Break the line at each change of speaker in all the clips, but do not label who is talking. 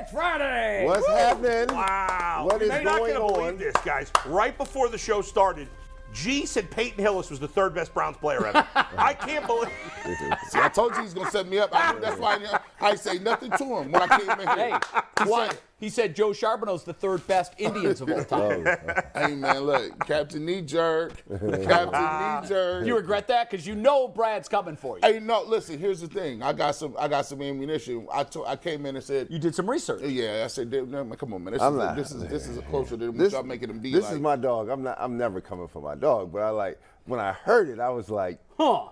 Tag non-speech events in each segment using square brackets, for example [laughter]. it's Friday.
What's happening?
Wow.
What is
They're not
going
gonna
on?
believe this, guys. Right before the show started, G said Peyton Hillis was the third best Browns player ever. I can't believe
See, I told you he's gonna set me up. I, that's why I, I say nothing to him when I came in
Hey,
here.
he said, he said Joe Charbonneau's the third best Indians of all time.
Hey man, look, Captain Knee
[laughs]
Jerk, Captain Knee Jerk.
You regret that because you know Brad's coming for you.
hey, no, listen. Here's the thing. I got some. I got some ammunition. I told. I came in and said. "Oh,
You did some research.
yeah, I said, "Dude, no, man, come on, man. This
I'm
is
not-
this is this is closer to what
This,
y'all making them be
this
like.
is my dog. I'm not. I'm never coming for my dog. But I like when I heard it, I was like,
Huh?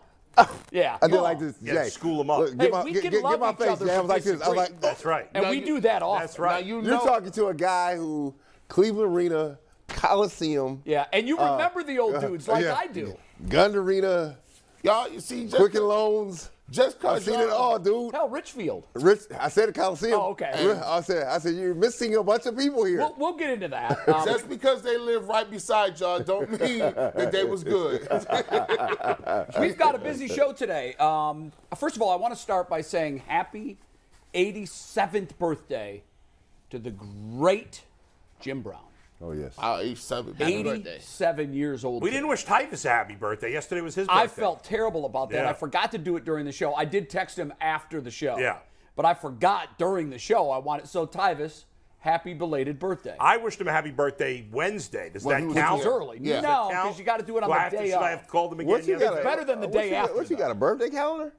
Yeah.
I did
Huh.
like this.
[laughs] Yeah,
Jay,
school 'em up.
Look,
Hey,
give my,
we
get,
can
get-
love
get my
each
face.
other
Jam. I
for
was like this. I was like, oh,
disagreeing.
That's right.
And
Now
we
you-
do that often.
That's
Now
right.
you
you're
know,
talking to a guy who Cleveland Arena, Coliseum,
Yeah, and you remember the old dudes like
yeah.
I do.
Gun Arena,
y'all. You see, just,
Quicken Loans.
just
I've
cause
seen
y'all-
it all, dude.
Hell, Richfield.
Rich, I said the Coliseum.
Oh, okay.
I said, I said you're missing a bunch of people here.
We'll, we'll get into that. Um,
Just because they live right beside y'all don't mean that they was good.
[laughs]
[laughs]
Um, We've got a busy show today. Um, first of all, I want to start by saying happy 87th birthday to the great Jim Brown.
oh yes.
Our age seven.
87 years old.
We didn't wish Typhus a happy birthday. Yesterday was his birthday.
I felt terrible about that.
Yeah.
I forgot to do it during the show. I did text him after the show.
Yeah.
But I forgot during the show. I wanted so Tyvis, happy belated birthday.
I wished him a happy birthday Wednesday. Does
Well,
that
he was
It
count?
was early.
Yeah.
No,
Count?
because you got to do it on
Do I have
the
to-
day
should
of.
I have called him again
What you got
yesterday?
a-
better than the
what
day
you got-
after,
What you
though.
got a birthday calendar?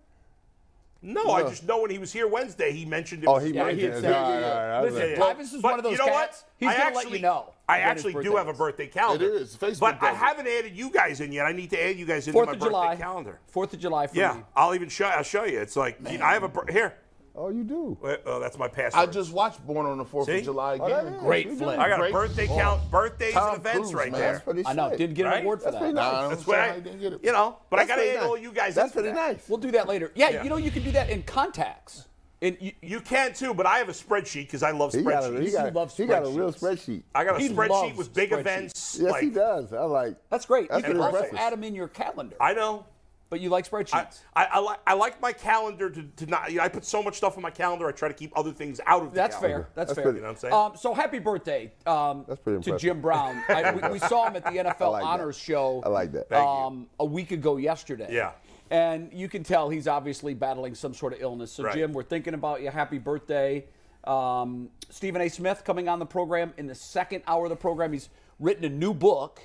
No, I just know when he was here Wednesday, he mentioned it.
Oh,
was
he
his
Yeah,
mentioned
he
birthday.
had
it.
said-
All right, all right, I was
Listen,
like,
Yeah, yeah. Tyvus is
but
one of those
you know
cats,
What?
he's
I
gonna let
actually-
you know
I
when his
actually do
birthday
have a
is.
birthday calendar.
It is. Facebook
But I
does it.
haven't added you guys in yet. I need to add you guys into
Fourth
my
of
birthday
July
calendar.
Fourth of July for
Yeah,
me.
I'll even show. I'll show you. It's like you know, I have a bir- here.
Oh, you do.
Wait, oh, that's my
I
password.
just watched Born on the Fourth
See?
of July
Oh, that
again.
is.
Great
You do.
flip.
I got a
Great
birthday
ball.
count, birthdays
Tom
and events
Cruise,
right
man.
there.
That's pretty
I know.
slick.
Didn't get an
Right?
award for
That's
that.
pretty nice.
Nah, I don't
That's what
understand
I,
how he didn't get it.
you know. But
That's
I got to
pretty
add
nice.
all you guys.
That's
into
pretty
that.
nice.
We'll do that later. Yeah,
Yeah.
you know you can do that in contacts. In you,
You can too, but I have a spreadsheet because I love
He got, a, he,
spreadsheets.
got, a-
loves
he got a real
spreadsheets.
spreadsheet.
I got a
He
spreadsheet
loves
with big
spreadsheets.
events.
Yes,
like,
he does. I like.
that's great.
That's
you can
pretty
also
impressive.
add them in your calendar.
I know.
but you like
I,
spreadsheets.
I, I like I like my calendar to, to not. You know, I put so much stuff on my calendar. I try to keep other things out of. The
That's
calendar.
fair. That's,
That's
fair.
pretty-
You know what I'm saying?
um, so happy birthday um,
That's pretty
to
impressive.
Jim Brown. I, we, we saw him at the
[laughs]
NFL
like that.
Honors Show.
I like that. Thank you.
Um, a week ago yesterday.
Yeah.
And you can tell he's obviously battling some sort of illness. So
Right.
Jim, we're thinking about you. Happy birthday. Um, Stephen A. Smith coming on the program in the second hour of the program. He's written a new book.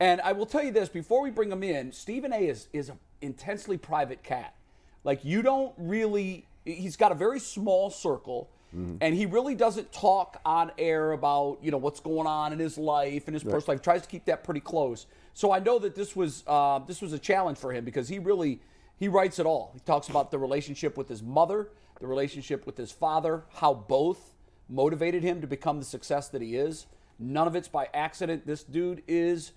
And I will tell you this before we bring him in, Stephen A. is is an intensely private cat. Like you don't really. He's got a very small circle, and he really doesn't talk on air about you know what's going on in his life and his personal life. Tries to keep that pretty close. So I know that this was uh, this was a challenge for him because he really he writes it all. He talks about the relationship with his mother, the relationship with his father, how both motivated him to become the success that he is. None of it's by accident. This dude is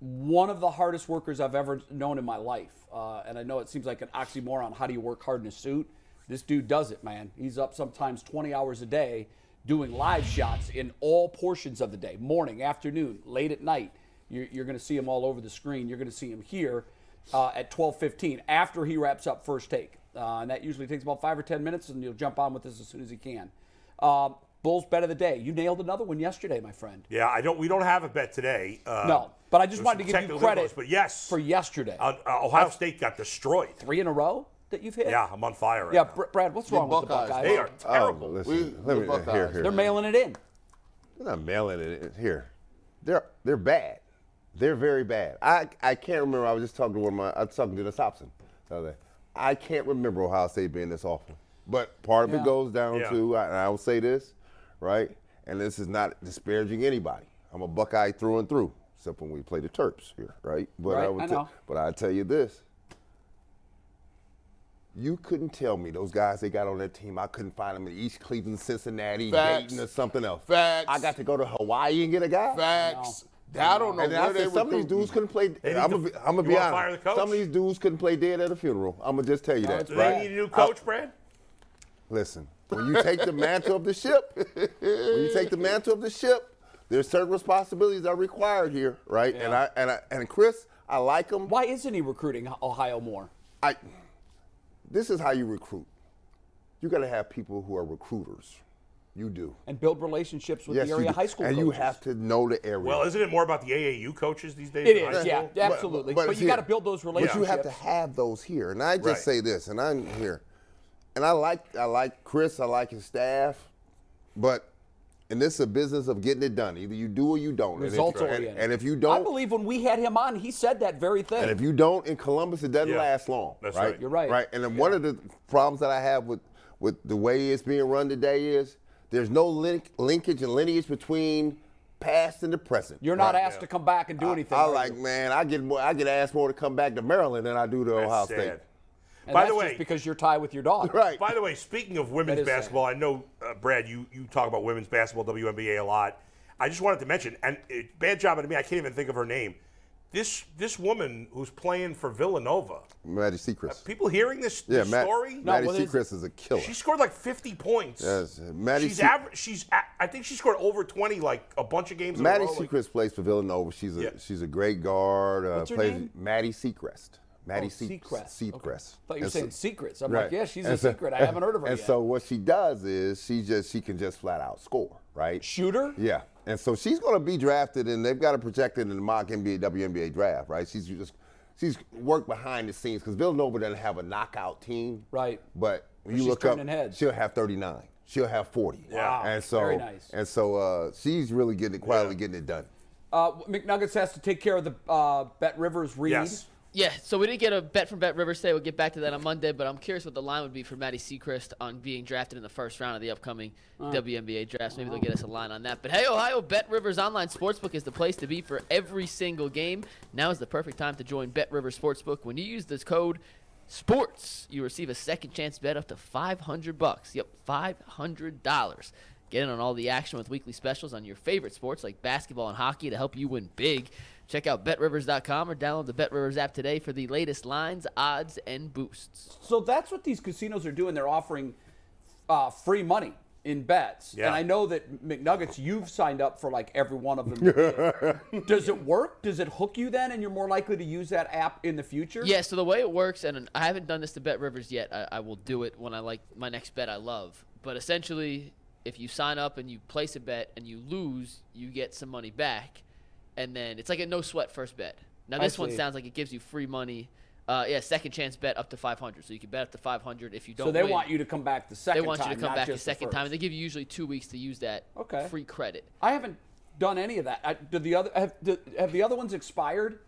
one of the hardest workers I've ever known in my life. Uh, and I know it seems like an oxymoron. How do you work hard in a suit? This dude does it, man. He's up sometimes 20 hours a day doing live shots in all portions of the day morning, afternoon, late at night. You're, you're going to see him all over the screen. You're going to see him here uh, at 12:15 after he wraps up first take, uh, and that usually takes about five or ten minutes, and he'll jump on with this as soon as he can. Um, Bulls bet of the day. You nailed another one yesterday, my friend.
Yeah, I don't. We don't have a bet today. Uh,
No, but I just
there's
wanted to give
some
you
technical
credit
difficulties, But yes,
For yesterday,
uh, uh, Ohio State got destroyed.
three in a row that you've hit.
Yeah, I'm on fire. Right
yeah.
now.
Br- Brad, what's wrong with the
Buckeyes,
Buckeyes?
they are
Oh,
terrible.
listen.
We-
let
the
me
Buckeyes.
here, here.
They're mailing it in.
They're not mailing it in- here. They're they're bad. They're very bad. I I can't remember. I was just talking to one of my. I was talking to Dennis Hobson the other day. I can't remember Ohio State being this awful. But part of
Yeah.
it goes down
Yeah.
to, and I will say this, right? And this is not disparaging anybody. I'm a Buckeye through and through, except when we play the Terps here, right? But
Right,
I would.
I
te-
know.
but I tell you this. You couldn't tell me those guys they got on that team. I couldn't find them in East Cleveland, Cincinnati,
Facts.
Dayton, or something else.
Facts.
I got to go to Hawaii and get a guy.
Facts. I don't know
And then
where
I
they
said some of these
recruiting.
dudes couldn't play.
need
I'm
to-
gonna be, I'm gonna
you
be
wanna fire
honest.
the coach?
Some of these dudes couldn't play dead at a funeral. I'm gonna just tell you that.
it's
Do
Right.
they need a new coach,
Uh,
Brad?
Listen, when
[laughs]
you take the mantle of the ship, when you take the mantle of the ship, there's certain responsibilities that are required here, right? And I and I, and Chris, I like him.
Why isn't he recruiting Ohio more?
I this is how you recruit. You got to have people who are recruiters. You do.
And build relationships with
yes,
the
you
area
do.
high school
and
coaches.
you have to know the area.
Well, isn't it more about the AAU coaches these days?
It
than high
is, yeah,
school?
absolutely. But,
it's
you got to
here.
build those relationships.
But you have to have those here. And I just
Right.
say this, and I'm here, and I like I like Chris, I like his staff, but and this is a business of getting it done. Either you do or you don't. And if-
Results
and,
oriented.
and if you
I
don't,
believe when we had him on, he said that very thing.
and if you don't in Columbus, it doesn't
Yeah.
last long.
That's
right?
right. You're
right.
Right. And then one of the problems that I have with with the way it's being run today is there's no link, linkage and lineage between past and the present.
You're not
right?
asked to come back and do anything.
I
are
like,
you?
man, I get more, I get asked more to come back to Maryland than I do to
That's
Ohio
sad.
State.
And
By
that's
the way,
just because you're tied with your
[laughs]
dog.
Right.
By the way, speaking of
That
women's
is sad.
basketball, I know uh, Brad, you you talk about women's basketball WNBA a lot. I just wanted to mention, and it, bad job out of me. I can't even think of her name. This this woman who's playing for Villanova.
Maddie Seacrest.
People hearing this,
Yeah,
this
Matt,
story,
Maddie
what is-
Seacrest is a killer.
she scored like 50 points.
Yes, uh, Maddie
she's
Se-
average. She's a- I think she scored over 20 like a bunch of games.
Maddie
in a row. like-
Seacrest plays for Villanova. She's a
Yeah.
she's a great guard. Uh,
What's her
plays
name?
Maddie Seacrest. Maddie
Oh,
Se-
Seacrest. Okay.
Seacrest.
Thought you were
And
saying secrets. I'm like, yeah, she's a
And so-
secret. I haven't heard of her
And
yet.
so what she does is she just she can just flat out score, right?
Shooter?
Yeah. And so she's going to be drafted, and they've got her projected in the mock NBA WNBA draft, right? She's just she's worked behind the scenes because Villanova doesn't have a knockout team,
Right.
But when you
she's
look up,
turning heads.
she'll have 39, she'll have 40.
Wow.
And so
Very nice.
and so uh, she's really getting it quietly getting it done.
Uh, McNuggets has to take care of the uh, Bet Rivers read.
Yes.
Yeah, so we didn't get a bet from Bet Rivers today. We'll get back to that on Monday, but I'm curious what the line would be for Maddie Seacrest on being drafted in the first round of the upcoming WNBA draft. Maybe they'll get us a line on that. But hey, Ohio, Bet Rivers Online Sportsbook is the place to be for every single game. Now is the perfect time to join Bet Rivers Sportsbook. When you use this code SPORTS, you receive a second chance bet up to 500 bucks. Yep, $500. Get in on all the action with weekly specials on your favorite sports like basketball and hockey to help you win big. Check out betrivers.com or download the BetRivers app today for the latest lines, odds, and boosts.
So that's what these casinos are doing. They're offering uh, free money in bets.
Yeah.
And I know that McNuggets, you've signed up for like every one of
[laughs]
them. Does it work? Does it hook you then, and you're more likely to use that app in the future?
Yeah, so the way it works, and I haven't done this to Bet Rivers yet. I, I will do it when I like my next bet I love. But essentially, if you sign up and you place a bet and you lose, you get some money back. And then it's like a no sweat first bet. Now, this one
see.
sounds like it gives you free money. Uh, yeah, second chance bet up to 500. So you can bet up to 500 if you don't
So they
win.
want you to come back the second
they
time.
want you to come
not
back a
just the
second time.
first.
They give you usually two weeks to use that
Okay.
free credit.
I haven't done any of that. I, did the other have, did, have the other ones expired?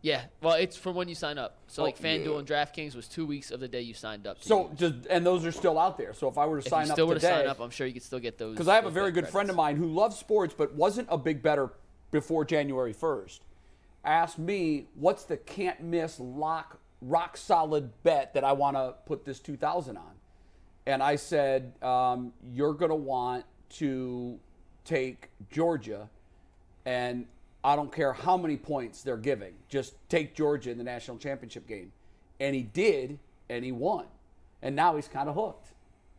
Yeah, well, it's from when you sign up. So like FanDuel
yeah.
and DraftKings was two weeks of the day you signed up. to
Oh, So
use.
just and those are still out there. So if I were to
Mm. if
sign
you still
up
were to
today,
sign up, I'm sure you could still get those.
because I have a
those
very
bet
good friend of mine
credits.
who loves sports but wasn't a big better before January 1st, asked me what's the can't miss lock rock solid bet that I want to put this 2000 on, and I said um, you're gonna want to take Georgia, and I don't care how many points they're giving, just take Georgia in the national championship game, and he did, and he won, and now he's kind of hooked.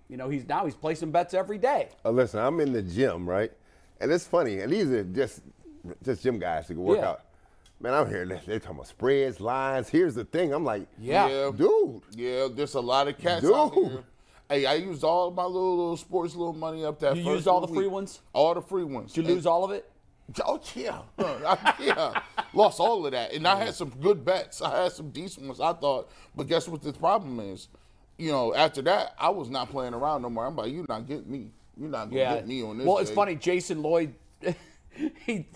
You know, he's now he's placing bets every day.
Uh, listen, I'm in the gym, right? And it's funny, and these are just just gym guys that can work
Yeah.
out. Man, I'm hearing this. They're talking about spreads, lines. Here's the thing. I'm like,
Yeah.
dude.
Yeah, there's a lot of cats out
Dude.
here. Hey, I used all my little, little sports little money up that
You
first
used all the
week.
free ones?
All the free ones.
Did you lose all of it?
Oh yeah, Uh, I- [laughs] yeah. Lost all of that, and I had some good bets. I had some decent ones. I thought, but guess what? The problem is, you know, after that, I was not playing around no more. I'm like, you're not getting me. You're not gonna get me on this.
Well, it's
Jay."
funny. Jason Lloyd, [laughs] he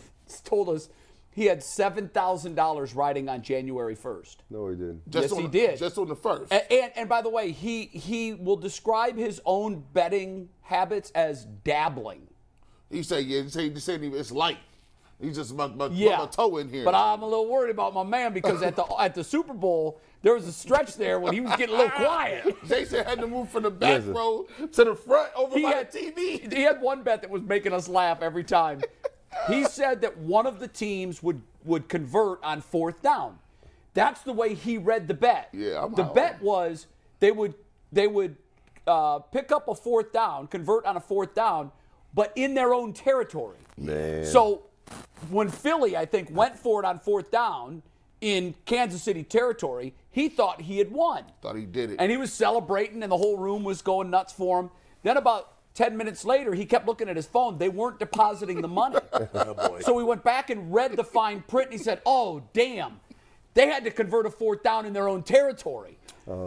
told us he had seven thousand dollars riding on January first.
No, he didn't.
Yes,
on
he
the-
did.
Just on the first.
A- And, and by the way, he he will describe his own betting habits as dabbling.
He said, yeah. He said, he said it's light. He just my, my,
Yeah,
put my toe in here.
But I'm a little worried about my man because at the at the Super Bowl there was a stretch there when he was getting a little quiet.
Jason had to move from the back
Listen.
row to the front over
He
by
had-
the TV.
He had one bet that was making us laugh every time.
[laughs]
He said that one of the teams would would convert on fourth down. That's the way he read the bet.
Yeah, I'm
the
out.
bet was they would they would uh, pick up a fourth down, convert on a fourth down, but in their own territory.
Man.
So when Philly, I think, went for it on fourth down in Kansas City territory, he thought he had won.
Thought he did it.
And he was celebrating, and the whole room was going nuts for him. Then about 10 minutes later, he kept looking at his phone. They weren't depositing the money. So he went back and read the fine print, and he said, Oh, damn. They had to convert a fourth down in their own territory.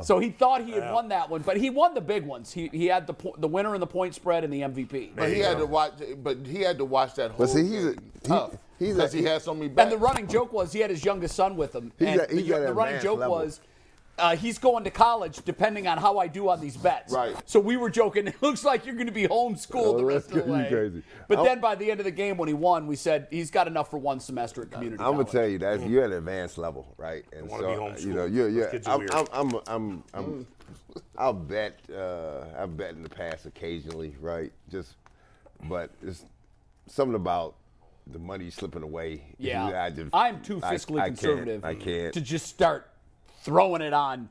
so he thought he had won that one, but he won the big ones. He, he had the, po- the winner in the point spread and the MVP.
but he had to watch. But he had to watch that whole.
see, he's a-
thing
he-
tough,
he's a-
'cause he had so many.
And the
backs.
running joke was he had his youngest son with him.
He's
and
at- he's
the,
at
the running
advanced
joke
level.
was uh, he's going to college depending on how I do on these bets.
Right.
So we were joking. [laughs] It looks like you're going to be homeschooled the
Oh,
rest
that's
of the
gonna be
way.
crazy.
But
I'm-
then by the end of the game, when he won, we said he's got enough for one semester at community
I'm gonna
college.
tell you that you're at advanced level, right?
mm.
And uh,
wanna be homeschooled.
you know, you're,
Those
you're
kids are
I'm,
weird.
I'm, I'm, I'm, I'm,
Mm.
I'll bet, uh, I've bet in the past occasionally, right? Just, but it's something about the money slipping away.
Yeah.
You- I just-
I'm too
I-
fiscally
I can't-
conservative
I can't.
to just start throwing it on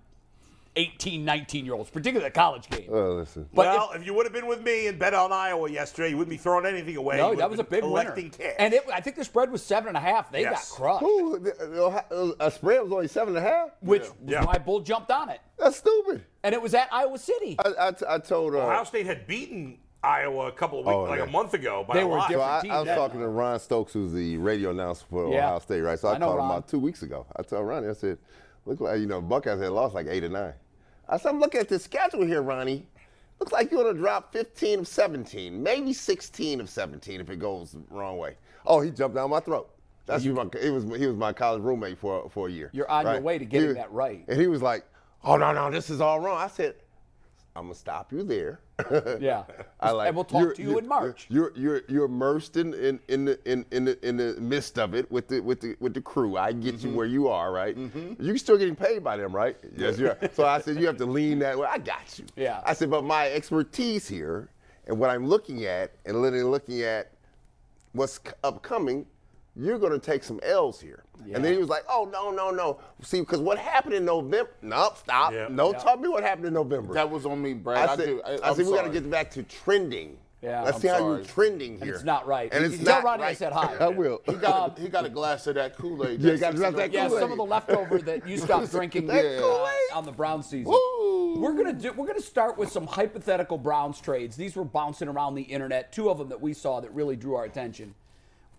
18, 19 year olds, particularly the college game.
Oh, listen.
but
well, if, you would have been with me and bet on Iowa yesterday, you wouldn't be throwing anything away. You
no,
would
that
have
was a
been
big winner.
collecting cash.
And it, I think the spread was seven and a half. They
Yes.
got crushed,
Ooh, the- the Ohio- uh, a spread was only seven and a half.
which was
Yeah.
why Bull jumped on it.
That's stupid.
And it was at Iowa City.
I, I, t- I told. Uh,
Ohio State had beaten Iowa a couple of weeks,
Oh,
like
yeah.
a month ago, by
They
a
were
lot.
So
different
I,
team
I was
that
talking to Ron Stokes, who's the radio announcer for
Yeah.
Ohio State, right? So I,
I know
called him
Ron.
about two weeks ago. I told Ronnie, I said, look like, you know, Buckeyes had lost like eight or nine. I said, I'm looking at the schedule here, Ronnie. Looks like you're going to drop 15 of 17, maybe 16 of 17 if it goes the wrong way. Oh, he jumped down my throat. That's who my, he was. He was my college roommate for for a year.
You're on your way to getting
He was-
that right.
And he was like, "Oh no, no, this is all wrong." I said, "I'm gonna stop you there." [laughs]
Yeah.
I like.
And we'll talk
you're-
to you
you're-
in March.
You're you're you're immersed in in in the in, in the in the midst of it with the with the with the crew. I get you where you are, right? You're still getting paid by them, right? Yes, you are. so I said you have to lean that way. I got you.
Yeah.
I said, but my expertise here and what I'm looking at and literally looking at what's c- upcoming. You're going to take some L's here. And then he was like, oh, no, no, no. See, because what happened in November, no, stop.
Yeah.
Don't
Yeah.
tell me what happened in November.
that was on me, Brad.
I,
I,
said,
do. I,
I
I'm
said we got to
sorry.
get back to trending.
Yeah,
Let's
I'm
see how
sorry.
you're trending here.
it's not right.
And
You-
it's
you tell
not
Ronnie I
right.
said hi.
[laughs] I will.
He got, a, he got a glass of that Kool Aid.
Yeah, he got a glass of that
Yeah,
Kool-Aid.
some of the leftover that you
[laughs]
stopped drinking
That
uh,
Kool-Aid.
on the Brown season.
Woo.
We're gonna do. We're gonna start with some hypothetical Browns trades. These were bouncing around the internet. Two of them that we saw that really drew our attention.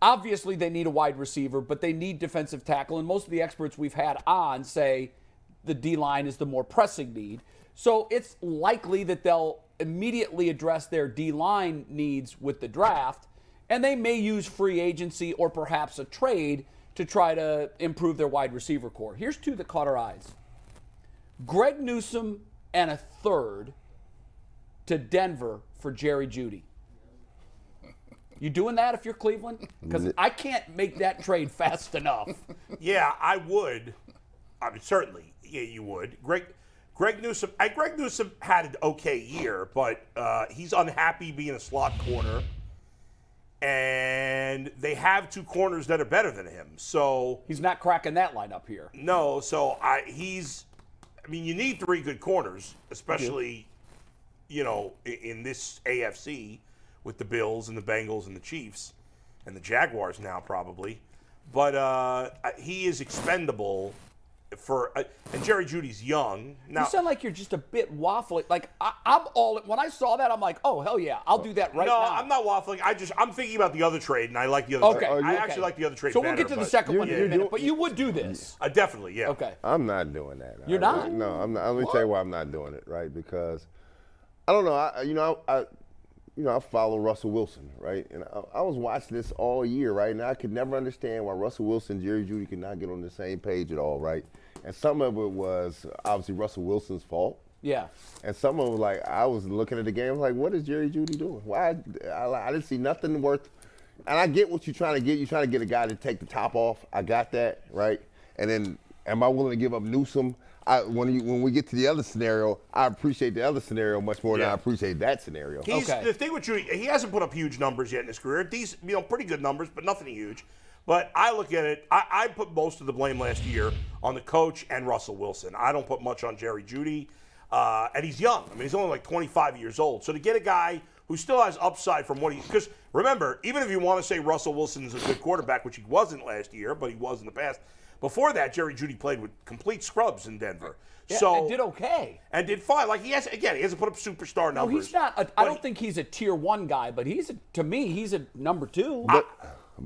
Obviously, they need a wide receiver, but they need defensive tackle, and most of the experts we've had on say the D line is the more pressing need. So it's likely that they'll immediately address their D line needs with the draft, and they may use free agency or perhaps a trade to try to improve their wide receiver core. Here's two that caught our eyes. Greg Newsom and a third to Denver for Jerry Judy. You doing that if you're Cleveland? Because I can't make that trade fast enough.
Yeah, I would. I mean, certainly, yeah, you would. Greg, Greg Newsom. I, Greg Newsom had an okay year, but uh, he's unhappy being a slot corner, and they have two corners that are better than him. So
He's not cracking that line up here.
no, so I he's. I mean, you need three good corners, especially, you know, in, in this AFC with the Bills and the Bengals and the Chiefs and the Jaguars now probably. But uh, I- he is expendable for, uh, and Jerry Judy's young now.
You sound like you're just a bit waffling. Like I, I'm all when I saw that, I'm like, oh hell yeah, I'll do that right
no,
now.
I'm not waffling. I just I'm thinking about the other trade, and I like the other.
Okay,
trade. I
okay.
actually like the other trade.
So we'll
better,
get to the
but-
second one in
you-
a minute.
you-
But you would do this,
Uh, definitely, yeah.
okay?
I'm not doing that.
You're
I really-
not?
no, I'm not. Let me tell you why I'm not doing it, right? Because I don't know. I, you know, I, I, you know, I follow Russell Wilson, right? And I, I was watching this all year, right? And I could never understand why Russell Wilson, and Jerry Judy could not get on the same page at all, right? And some of it was obviously Russell Wilson's fault.
Yeah.
And some of them, like I was looking at the game, like, what is Jerry Judy doing? Why I, I didn't see nothing worth. and I get what you're trying to get. You're trying to get a guy to take the top off. I got that, right? And then, am I willing to give up Newsom? I, when you, when we get to the other scenario, I appreciate the other scenario much more than
Yeah.
I appreciate that scenario.
He's
Okay.
the thing with you. He hasn't put up huge numbers yet in his career. These, you know, pretty good numbers, but nothing huge. But I look at it. I, I put most of the blame last year on the coach and Russell Wilson. I don't put much on Jerry Judy, uh, and he's young. I mean, he's only like 25 years old. So to get a guy who still has upside from what he, because remember, even if you want to say Russell Wilson's a good quarterback, which he wasn't last year, but he was in the past. Before that, Jerry Judy played with complete scrubs in Denver.
Yeah,
so
and did okay.
and did fine. Like he has again, he hasn't put up superstar
No,
numbers.
he's not. A, I
but
don't think he's a tier one guy, but he's a, to me, he's a number two.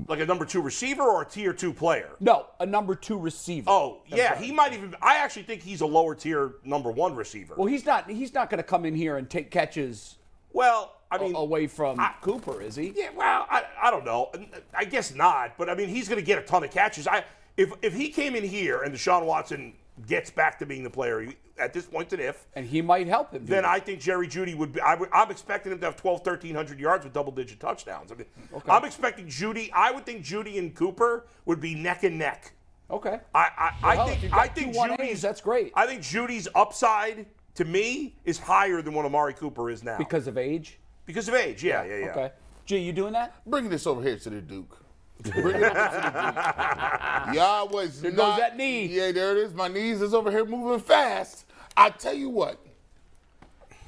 like a number two receiver or a tier two player.
no, a number two receiver.
Oh yeah, he might even. I actually think he's a lower tier number one receiver.
well, he's not. He's not going to come in here and take catches
Well, I
a-
mean,
away from
I-
Cooper, is he?
yeah. Well, I, I don't know. I guess not. But I mean, he's going to get a ton of catches. I if if he came in here and Deshaun Watson gets back to being the player he- at this point, an if.
And he might help him. do
Then
that.
I think Jerry Judy would be. I would, I'm expecting him to have 12, 1300 yards with double digit touchdowns. I mean, I'm expecting Judy. I would think Judy and Cooper would be neck and neck.
okay.
I, I,
Well, if
I
you've
think
got
I think
two 1As,
Judy's
that's great.
I think Judy's upside to me is higher than what Amari Cooper is now
because of age.
because of age. Yeah, yeah, yeah.
Okay. Gee, you doing that?
Bring this over here to the Duke. Bring it over to the Duke. Y'all was there
goes that knee.
Yeah, there it is. My knees is over here moving fast. I tell you what,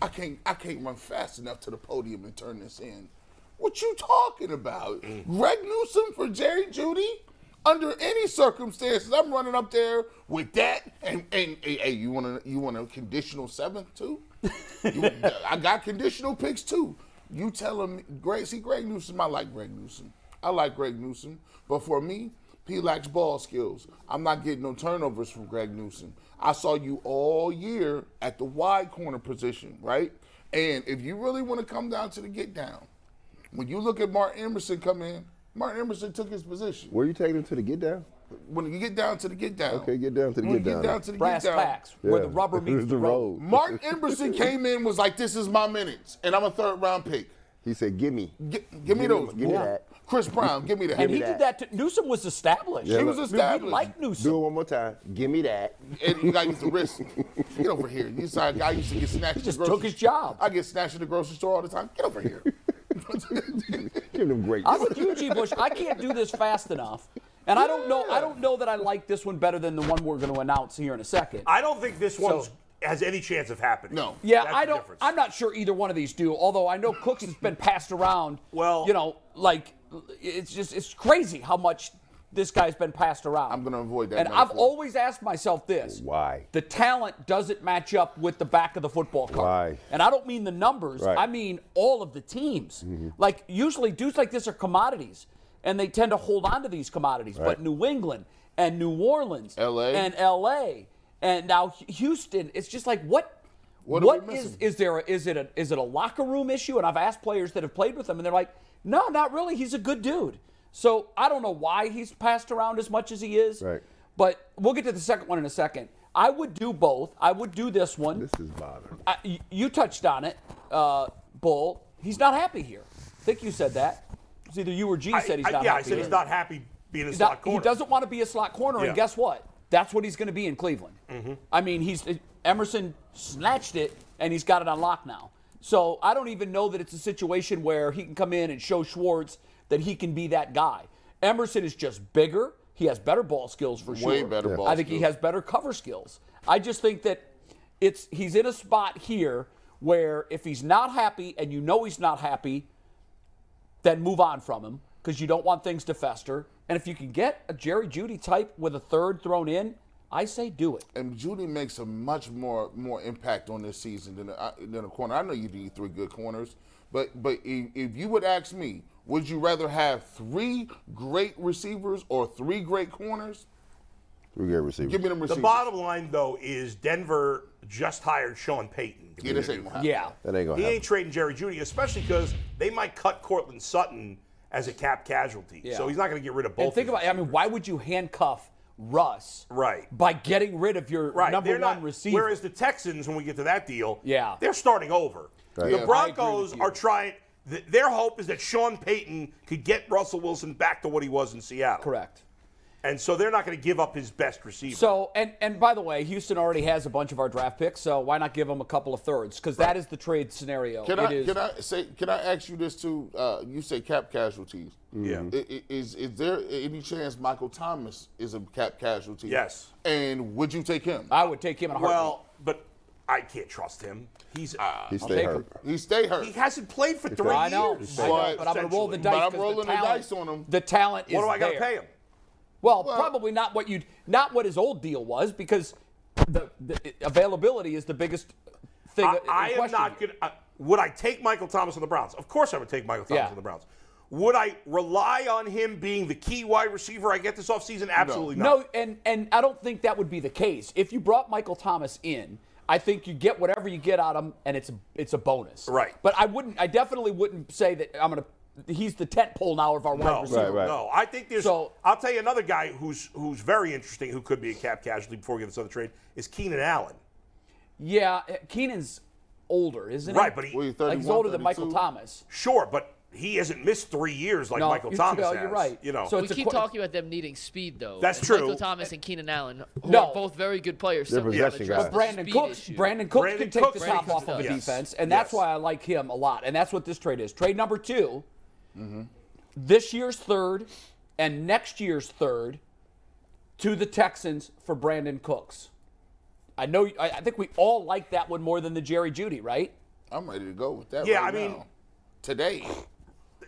I can't I can't run fast enough to the podium and turn this in. What you talking about?
Mm.
Greg Newsom for Jerry Judy? Under any circumstances, I'm running up there with that. And and hey, hey, you want to you want a conditional seventh
[laughs]
too? You- I got conditional picks too. You tell him, Greg. See, Greg Newsom. I like Greg Newsom. I like Greg Newsom, but for me, he lacks ball skills. I'm not getting no turnovers from Greg Newsom. I saw you all year at the wide corner position, right? And if you really want to come down to the get down, when you look at Martin Emerson come in, Martin Emerson took his position.
Where you taking him to the get down?
When you get down to the get down,
Okay, get down to the
when you
get
get
down.
down to the
Brass
get down,
tacks, where the
Yeah. [laughs]
rubber meets the,
The
road.
road.
Martin Emerson came in was like, "This is my minutes," and I'm a third round pick.
He said, "Give me."
Gi- give me
Give me-
those.
give me
boy.
that.
Chris Brown, give me that.
And he
that.
did that. To, Newsom was established.
Yeah, He was
I mean, We
established.
like Newsom.
Do it one more time. Give me that. [laughs]
and you gotta use the wrist. Get over here. You saw a guy used to get snatched. at
just
the grocery
took his
st-
job.
I get snatched at the grocery store all the time. Get over here. [laughs]
Give them great.
I'm with you, G. Bush. I can't do this fast enough, and I don't know. I don't know that I like this one better than the one we're going to announce here in a second.
I don't think this one has any chance of happening.
No.
yeah,
That's
I
the
don't.
difference.
I'm not sure either one of these do. Although I know Cooks has been passed around.
Well-
you know, like it's just it's crazy how much this guy's been passed around.
I'm gonna avoid that.
And I've
metaphor.
always asked myself this:
Why?
the talent doesn't match up with the back of the football card?
Why?
And I don't mean the numbers;
Right.
I mean all of the teams.
Mm-hmm.
Like usually, dudes like this are commodities, and they tend to hold on to these commodities. But
Right.
New England and New Orleans,
LA.
and LA, and now H- Houston. It's just like what.
What are
what
we
is
missing?
is there a, is it a is it a locker room issue? And I've asked players that have played with him, and they're like, no, not really. He's a good dude. So I don't know why he's passed around as much as he is.
Right.
But we'll get to the second one in a second. I would do both. I would do this one.
This is bothering. me.
I- y- you touched on it, uh, Bull. He's not happy here. I think you said that. It was either you or G
I-
said he's
I-
not
yeah,
happy.
I said
here.
he's not happy being a
He's
slot
not-
corner.
He doesn't want to be a slot corner,
Yeah. Mm-hmm.
and guess what? That's what he's going to be in Cleveland. I mean, he's Emerson snatched it, and he's got it on lock now. So I don't even know that it's a situation where he can come in and show Schwartz that he can be that guy. Emerson is just bigger. He has better ball skills for sure.
Way better ball
I think he
skills.
has better cover skills. I just think that it's he's in a spot here where if he's not happy and you know he's not happy, then move on from him because you don't want things to fester. And if you can get a Jerry Judy type with a third thrown in, I say do it.
and Judy makes a much more more impact on this season than a, than a corner. I know you need three good corners, but but if, if you would ask me, would you rather have three great receivers or three great corners?
Three great receivers.
Give me them
The
receivers.
bottom line though is Denver just hired Sean Payton. to be
Yeah, this
their
ain't
new-
gonna
Yeah.
That ain't gonna
He ain't
happen.
trading Jerry Judy, especially because they might cut Cortland Sutton as a cap casualty.
Yeah.
So he's not going to get rid of both.
And think
of
about I mean, why would you handcuff Russ
Right.
by getting rid of your
Right.
number
they're
one
not,
receiver?
Whereas the Texans, when we get to that deal,
Yeah.
these they're starting over.
Right.
The
Yeah.
Broncos
I agree with you.
are trying. th- their hope is that Sean Payton could get Russell Wilson back to what he was in Seattle.
Correct.
And so they're not going to give up his best receiver.
So, and and by the way, Houston already has a bunch of our draft picks, so why not give them a couple of thirds? Because that is the trade scenario.
Can
It
I
is-
Uh, can I say can I ask you this too? Uh, you say cap casualties.
Yeah.
I- i- Is is there any chance Michael Thomas is a cap casualty?
Yes.
And would you take him?
I would take him in a heartbeat.
well, but I can't trust him. He's
He
take
stayed hurt.
him.
He stay hurt.
he hasn't played for three
I know,
years.
I know,
But-
but I'm going to roll the
essentially.
dice.
But I'm
'cause
rolling the
talent-
dice on him.
The talent is
What do I got to
there.
pay him?
Well,
Well-
probably not what you not what his old deal was because the, the availability is the biggest thing.
I,
in
I am
question
not
here.
going to. Would I take Michael Thomas on the Browns? Of course I would take Michael Thomas
Yeah.
on the Browns. Would I rely on him being the key wide receiver I get this offseason? Absolutely not.
No, and and I don't think that would be the case. If you brought Michael Thomas in, I think you get whatever you get out of him, and it's it's a bonus.
Right.
But I wouldn't. I definitely wouldn't say that I'm gonna. He's the tent pole now of our wide
No,
receiver.
Right, right.
no. I think there's.
So-
I'll tell you another guy who's who's very interesting, who could be a cap casualty before we get this other trade, is Keenan Allen.
Yeah, Keenan's older, isn't he?
Right, but he,
Well, he's
like he's
31,
older than Michael
32.
Thomas.
sure, but he hasn't missed three years like
No,
Michael
you're-
Thomas
well,
has.
you're right.
You know,
So
We
it's a
keep
que-
talking about them needing speed, though.
That's
and
true.
Michael Thomas and Keenan Allen, who
No.
are both very good players.
They're
simply on the
possession
draft.
guys.
Brandon
Speed
Cooks,
issue.
Brandon Cooks
Brandon
can take
Cooks
the top
can
off of a
do it. Yes.
defense, and that's
Yes.
why I like him a lot, and that's what this trade is. Trade number 2 this year's third, and next year's third, to the Texans for Brandon Cooks. I know. I, I think we all like that one more than the Jerry Judy, right?
I'm ready to go with that.
Yeah,
right
I mean-
now. today.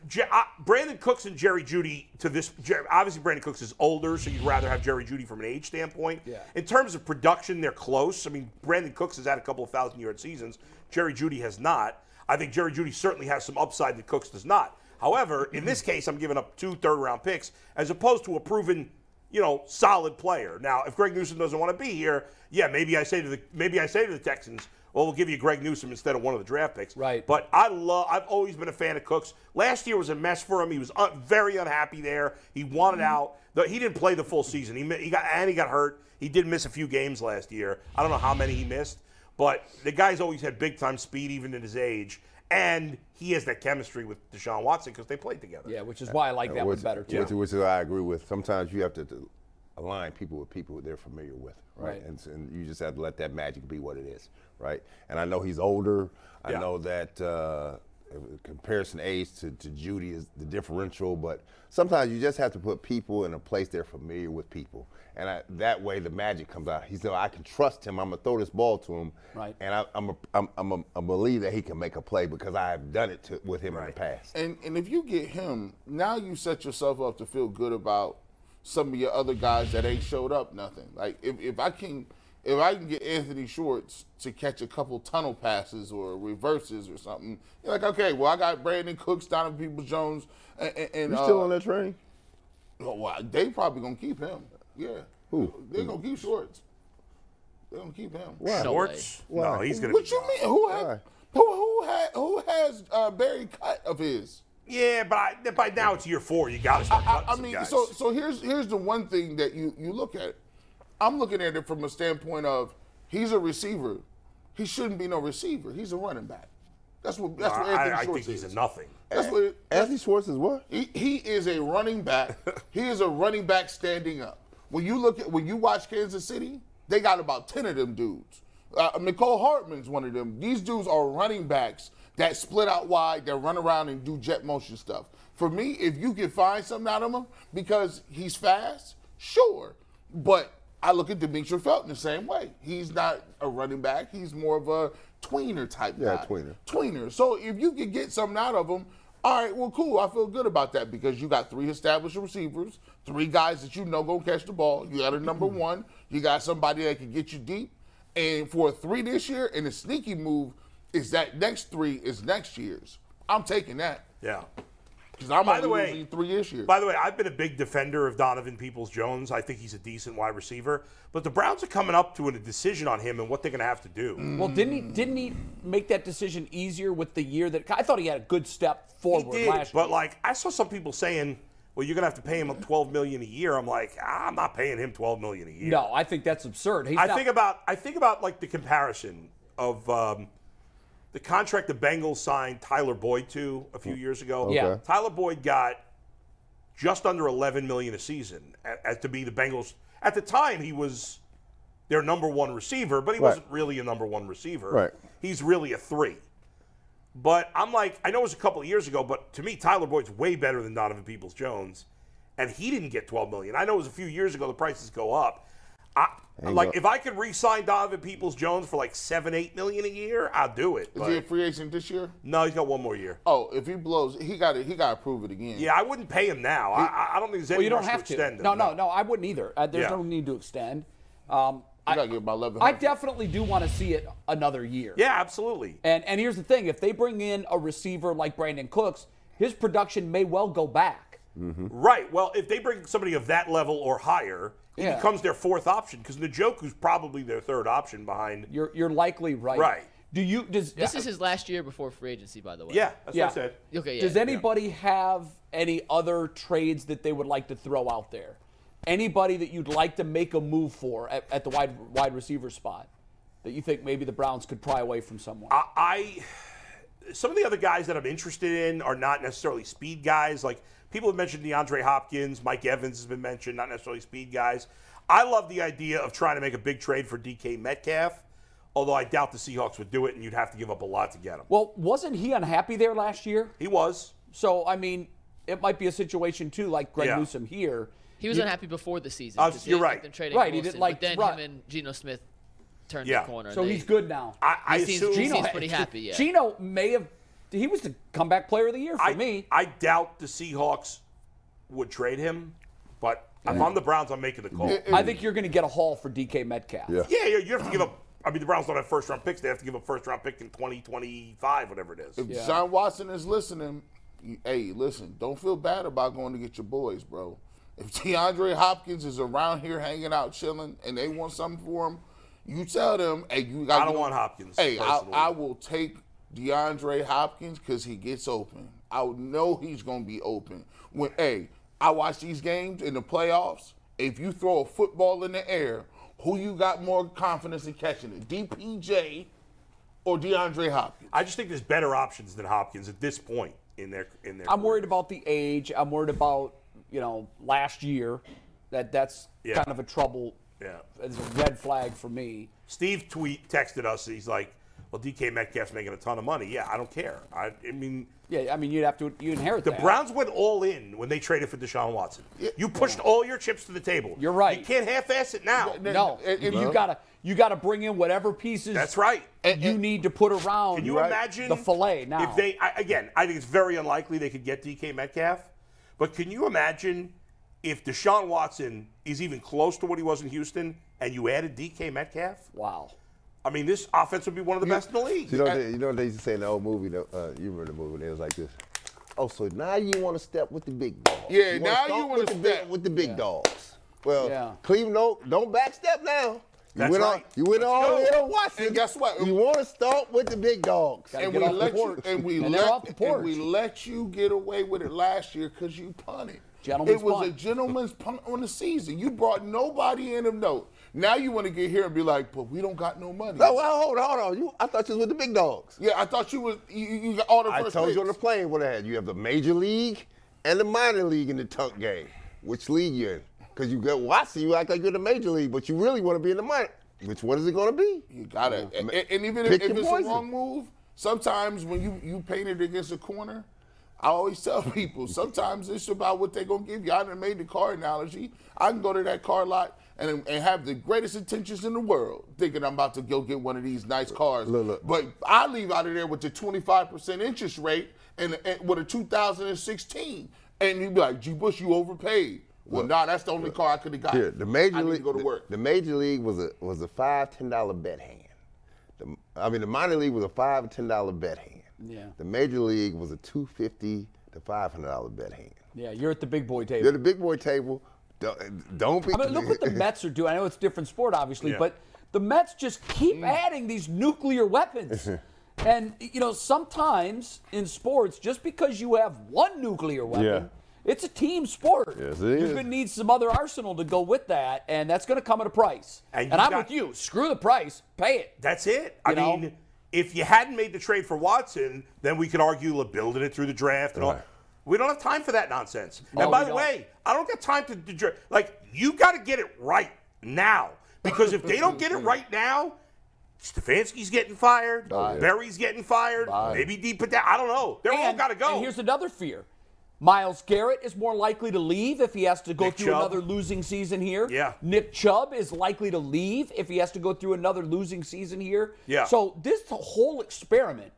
Je- uh, Brandon Cooks and Jerry Judy to this. Jer- Obviously, Brandon Cooks is older, so you'd rather have Jerry Judy from an age standpoint.
Yeah.
In terms of production, they're close. I mean, Brandon Cooks has had a couple of thousand yard seasons. Jerry Judy has not. I think Jerry Judy certainly has some upside that Cooks does not. However, in this case, I'm giving up two third round picks as opposed to a proven, you know, solid player. Now, if Greg Newsom doesn't want to be here, yeah, maybe I say to the maybe I say to the Texans, well, we'll give you Greg Newsom instead of one of the draft picks.
Right.
But but I love. I've always been a fan of Cooks. Last year was a mess for him. He was un, very unhappy there. He wanted
Mm-hmm.
out. The, he didn't play the full season. He, mi- he got and he got hurt. He did miss a few games last year. I don't know how many he missed, but the guy's always had big time speed, even at his age. And he has that chemistry with Deshaun Watson because they played together.
Yeah, which is why I like that one
Which-
better too.
Which, which is I agree with. Sometimes you have to, to align people with people that they're familiar with, right?
Right.
And, s- and you just have to let that magic be what it is, right? And I know he's older. I
Yeah.
know that uh, comparison age to, to Judy is the differential, but sometimes you just have to put people in a place they're familiar with people. And I, that way the magic comes out. He said, I can trust him. I'm going to throw this ball to him.
Right.
And I, I'm a, I'm, I'm a, I believe that he can make a play because I have done it to, with him in the past.
And and if you get him, now you set yourself up to feel good about some of your other guys that ain't showed up nothing. Like if, if I can if I can get Anthony Schwartz to catch a couple tunnel passes or reverses or something, you're like, okay, well I got Brandon Cooks, Donovan People Jones, and, and, and,
You
uh,
still on that train?
Oh, wow. They probably gonna keep him. Yeah.
Who?
They gonna keep Schwartz. They gonna keep him.
No
Schwartz?
way.
No,
Why?
he's gonna.
What
be
you
gone.
mean? Who had,
Why?
who who had, who has uh, Barry cut of his?
Yeah, but I, by now it's year four. You got to start
I,
cutting
I
some
mean,
guys.
so so here's here's the one thing that you you look at. I'm looking at it from a standpoint of he's a receiver. He shouldn't be no receiver. He's a running back. That's what that's what Anthony
I, I
Schwartz
think he's
is.
a nothing.
That's what it-
Anthony Schwartz is what?
he, he is a running
[laughs]
back. he is a running back standing up. When you look at when you watch Kansas City, they got about ten of them dudes. Uh, Nicole Hartman's one of them. These dudes are running backs that split out wide, that run around and do jet motion stuff. For me, if you can find something out of him because he's fast, sure. But I look at Demetrius Felton the same way. He's not a running back. He's more of a tweener type
Yeah,
guy
tweener.
tweener. So if you could get something out of them, all right, well, cool. I feel good about that because you got three established receivers, three guys that you know gonna catch the ball. You got a number
Mm-hmm.
one. You got somebody that can get you deep. And for a three this year, and a sneaky move is that next three is next year's. I'm taking that
Yeah.
because I'm
By
only
the way-
losing three this year.
By the way, I've been a big defender of Donovan Peoples Jones. I think he's a decent wide receiver, but the Browns are coming up to a decision on him and what they're going to have to do.
Well, didn't he didn't he make that decision easier with the year that I thought he had a good step
He
forward
did,
last year?
but like I saw some people saying, "Well, you're going to have to pay him 12 million a year." I'm like, I'm not paying him 12 million a year.
No, I think that's absurd. He's
I
not-
think about I think about like the comparison of um, the contract the Bengals signed Tyler Boyd to a
Mm.
few years ago.
Yeah. Okay.
Tyler Boyd got just under 11 million a season a- as to be the Bengals. At the time, he was their number one receiver, but he
Right.
wasn't really a number one receiver.
Right.
He's really a three. But I'm like, I know it was a couple of years ago, but to me, Tyler Boyd's way better than Donovan Peoples Jones, and he didn't get 12 million. I know it was a few years ago. The prices go up. I,
you
like
go.
if I could re-sign Donovan Peoples Jones for like seven, eight million a year, I'll do it.
Is he a
But
free agent this year?
no, he's got one more year.
Oh, if he blows, he got to he got to prove it again.
Yeah, I wouldn't pay him now. I- I, I don't think there's
Well,
any
you don't
rush
have to.
extend him.
No, no, no. I wouldn't either. Uh, there's
Yeah.
no need to extend. Um,
I
I,
got to get my eleven.
I definitely do want to see it another year.
Yeah, absolutely.
And and here's the thing: if they bring in a receiver like Brandon Cooks, his production may well go back.
Right. Well, if they bring somebody of that level or higher, he
Yeah.
becomes their fourth option because Njoku's probably their third option behind.
You're you're likely right.
Right.
Do you does uh,
This is his last year before free agency, by the way.
Yeah, that's
Yeah.
what I said.
Okay. Yeah.
Does anybody have any other trades that they would like to throw out there? Anybody that you'd like to make a move for at, at the wide wide receiver spot that you think maybe the Browns could pry away from someone?
I some of the other guys that I'm interested in are not necessarily speed guys. Like people have mentioned DeAndre Hopkins, Mike Evans has been mentioned, not necessarily speed guys. I love the idea of trying to make a big trade for DK Metcalf, although I doubt the Seahawks would do it, and you'd have to give up a lot to get him.
well, wasn't he unhappy there last year?
He was.
So I mean, it might be a situation too, like Greg
Yeah.
Newsom here.
He was unhappy before the season.
Uh,
'cause he
you're
didn't like
right.
Them trading
Right, he didn't
Wilson,
like-
But then
right.
him and Geno Smith turned
Yeah.
the corner.
So
They-
he's good now.
I, I
He seems-
assume
he
Gino
seems pretty happy. Yeah.
Gino may have. He was the comeback player of the year for
I,
me.
I doubt the Seahawks would trade him, but if I'm the Browns, I'm making the call.
It- it-
I think you're going to get a haul for DK Metcalf.
Yeah.
Mm. Yeah, yeah, you have to give up. I mean, the Browns don't have first round picks. They have to give up first round pick in 2025, whatever it is.
If John Watson is listening, you, hey, listen, don't feel bad about going to get your boys, bro. If [laughs] DeAndre Hopkins is around here hanging out, chilling, and they want something for him, you tell them, hey, you got.
I don't want Hopkins,
Hey, I,
personally.
I will take DeAndre Hopkins because he gets open. I know he's gonna be open. When hey, I watch these games in the playoffs. If you throw a football in the air, who you got more confidence in catching it, DPJ or DeAndre Hopkins?
I just think there's better options than Hopkins at this point in their in their.
I'm worried
careers.
about the age. I'm worried about you know last year. That that's
Yeah.
kind of a trouble.
Yeah.
It's a red flag for me.
Steve tweet texted us. He's like, "Well, DK Metcalf's making a ton of money. Yeah, I don't care. I, I mean,
Yeah, I mean you'd have to you inherit
the
that.
Browns went all in when they traded for Deshaun Watson. You pushed all your chips to the table.
You're right.
You can't half-ass it now.
No,
And- and-
you gotta you gotta bring in whatever pieces
That's right.
you need to put around.
Can you imagine
the fillet now?
If they I, again, I think it's very unlikely they could get DK Metcalf, but can you imagine if Deshaun Watson is even close to what he was in Houston, and you added DK Metcalf?
wow.
I mean, this offense would be one of the best in the league.
You know, what they, you know what they used to say in the old movie. The, uh, you remember the movie? It was like this. Oh, so now you want to step with the big dog?
Yeah, now you wanna step.
with the big dogs. Well,
Yeah.
Cleveland, don't, don't backstep now. You
That's
went
right.
On, you went
Let's
all
go.
in on Watson.
And guess what?
You want to start with the big dogs.
Gotta
and
get
we
off the
let you
porch.
and we
And they're off the
let
porch.
and we let you get away with it last year because you punted.
Gentleman's
it was a
punt.
gentleman's punt on the season. You brought nobody in of note. Now you want to get here and be like, but we don't got no money.
No, well, hold on, hold on. You, I thought you was with the big dogs.
yeah, I thought you was you, you got all the
I
first.
told you on the
picks.
plane what I had. You have the major league and the minor league in the tuck game. Which league you in? Because you got Watson, you act like you're in the major league, but you really want to be in the minor. Which one is it going to be?
You gotta, and, and even
Pick
if, if
your
it's
poison.
a wrong move, sometimes when you you painted against a corner, I always [laughs] tell people sometimes it's about what they're gonna give you. I done made the car analogy. I can go to that car lot and, and have the greatest intentions in the world, thinking I'm about to go get one of these nice cars.
Look, look.
But I leave out of there with the 25% interest rate and, and with a 2016, and you'd be like, "G. Bush, you overpaid." Well, nah, that's the only car I could have got.
Here, the major
I need
league.
to go to
the,
work.
the major league was a was a five ten dollar bet hand. The, I mean, the minor league was a five ten dollar bet hand.
Yeah.
The major league was a two fifty to five hundred dollar bet hand.
Yeah, you're at the big boy table.
You're the big boy table. Don't, don't be.
I mean, look what the Mets are doing. I know it's a different sport, obviously,
Yeah.
but the Mets just keep
Mm.
adding these nuclear
[laughs]
weapons. and you know, sometimes in sports, just because you have one nuclear weapon,
Yeah.
it's a team sport.
Yes, it
You're
is.
gonna need some other arsenal to go with that, and that's gonna come at a price.
And
And,
you
I'm
got-
with you. Screw the price. Pay it.
That's it. I
You know?
mean, If you hadn't made the trade for Watson, then we could argue like, building it through the draft and all.
Right.
We don't have time for that nonsense.
we
and by the
don't.
way, I don't got time to, to dr- like you got to get it right now because if they don't get it right now, Stefanski's getting fired, Barry's getting fired, maybe deep down. I don't know. They're all
And-
got to go.
And here's another fear. Miles Garrett is more likely to leave if he has to go
Nick
through
Chubb.
another losing season here.
Yeah.
Nick Chubb is likely to leave if he has to go through another losing season here.
Yeah.
So this whole experiment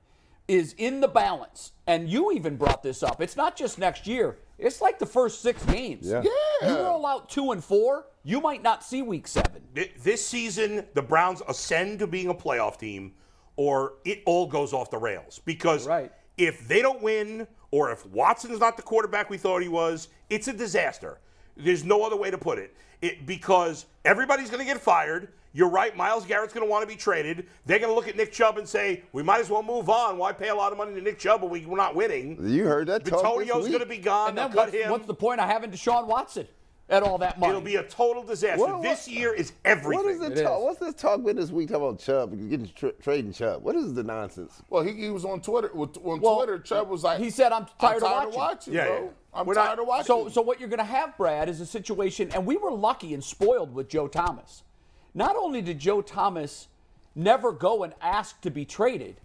is in the balance. And you even brought this up. It's not just next year. It's like the first six games.
Yeah.
You roll out two and four, you might not see week seven.
Th- this season the Browns ascend to being a playoff team, or it all goes off the rails. Because
Right.
if they don't win, or if Watson's not the quarterback we thought he was, it's a disaster. There's no other way to put it. it because everybody's going to get fired. You're right. Miles Garrett's going to want to be traded. They're going to look at Nick Chubb and say, "We might as well move on. Why pay a lot of money to Nick Chubb when we, we're not winning?"
[laughs] You heard that talk this
Vitorio's
week.
going to be gone.
And then
They'll cut
what's,
him.
what's the point of having Deshaun Watson at all that money?
It'll be a total disaster.
Well,
this
what-
year is everything.
What is
It
the talk?
is.
What's this talk been this week talking about Chubb getting tra- trading Chubb? What is the nonsense?
Well, he, he was on Twitter. with- On
Well,
Twitter, Chubb was like,
he said, "I'm tired of watching."
Yeah,
bro.
yeah.
I'm
We're not-
tired of watching."
So, so what you're going to have, Brad, is a situation, and we were lucky and spoiled with Joe Thomas. Not only did Joe Thomas never go and ask to be traded,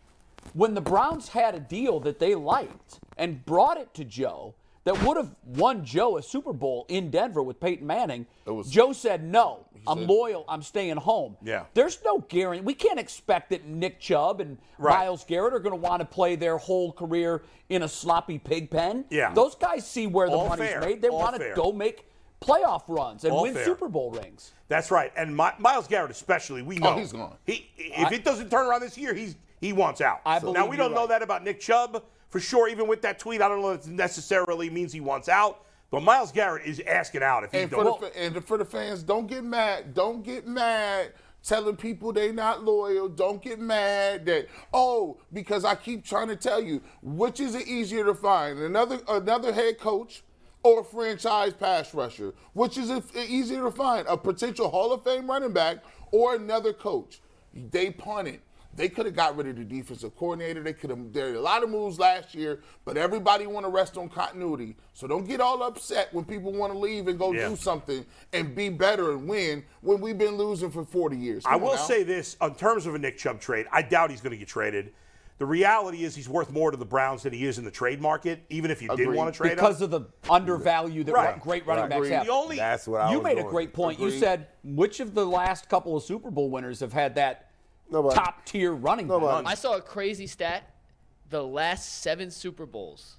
when the Browns had a deal that they liked and brought it to Joe that would have won Joe a Super Bowl in Denver with Peyton Manning, Joe said, "No, I'm loyal. I'm staying home."
Yeah.
There's no guarantee. We can't expect that Nick Chubb and
Right.
Miles Garrett are going to want to play their whole career in a sloppy pig pen.
Yeah.
Those guys see where the
All
money's
fair.
made. They
All
want to
fair.
go make playoff runs and
All
win
fair.
Super Bowl rings.
That's right. And My- Miles Garrett, especially, we know
Oh, he's gone.
He, if it doesn't turn around this year, he's he wants out.
I
now
believe you're
we don't know
right.
that about Nick Chubb for sure. Even with that tweet, I don't know if it necessarily means he wants out. But Miles Garrett is asking out if he
and for, the,
don't.
fa- and for the fans, don't get mad. Don't get mad telling people they not loyal. Don't get mad that oh because I keep trying to tell you which is it easier to find another another head coach or a franchise pass rusher, which is it easier to find a potential Hall of Fame running back or another coach. They punted. They could have got rid of the defensive coordinator. They could have. There are a lot of moves last year, but everybody want to rest on continuity. So don't get all upset when people want to leave and go
Yeah.
do something and be better and win when we've been losing for 40 years.
I
Come on
will
now.
say this in terms of a Nick Chubb trade, I doubt he's going to get traded. The reality is he's worth more to the Browns than he is in the trade market, even if you did
Agreed.
want to trade him.
Because of the undervalue that
Right.
great running backs have.
the only
That's what I
you
was
made a
going-
great point. You said which of the last couple of Super Bowl winners have had that
Nobody.
top tier running back?
Nobody.
I saw a crazy stat. The last seven Super Bowls,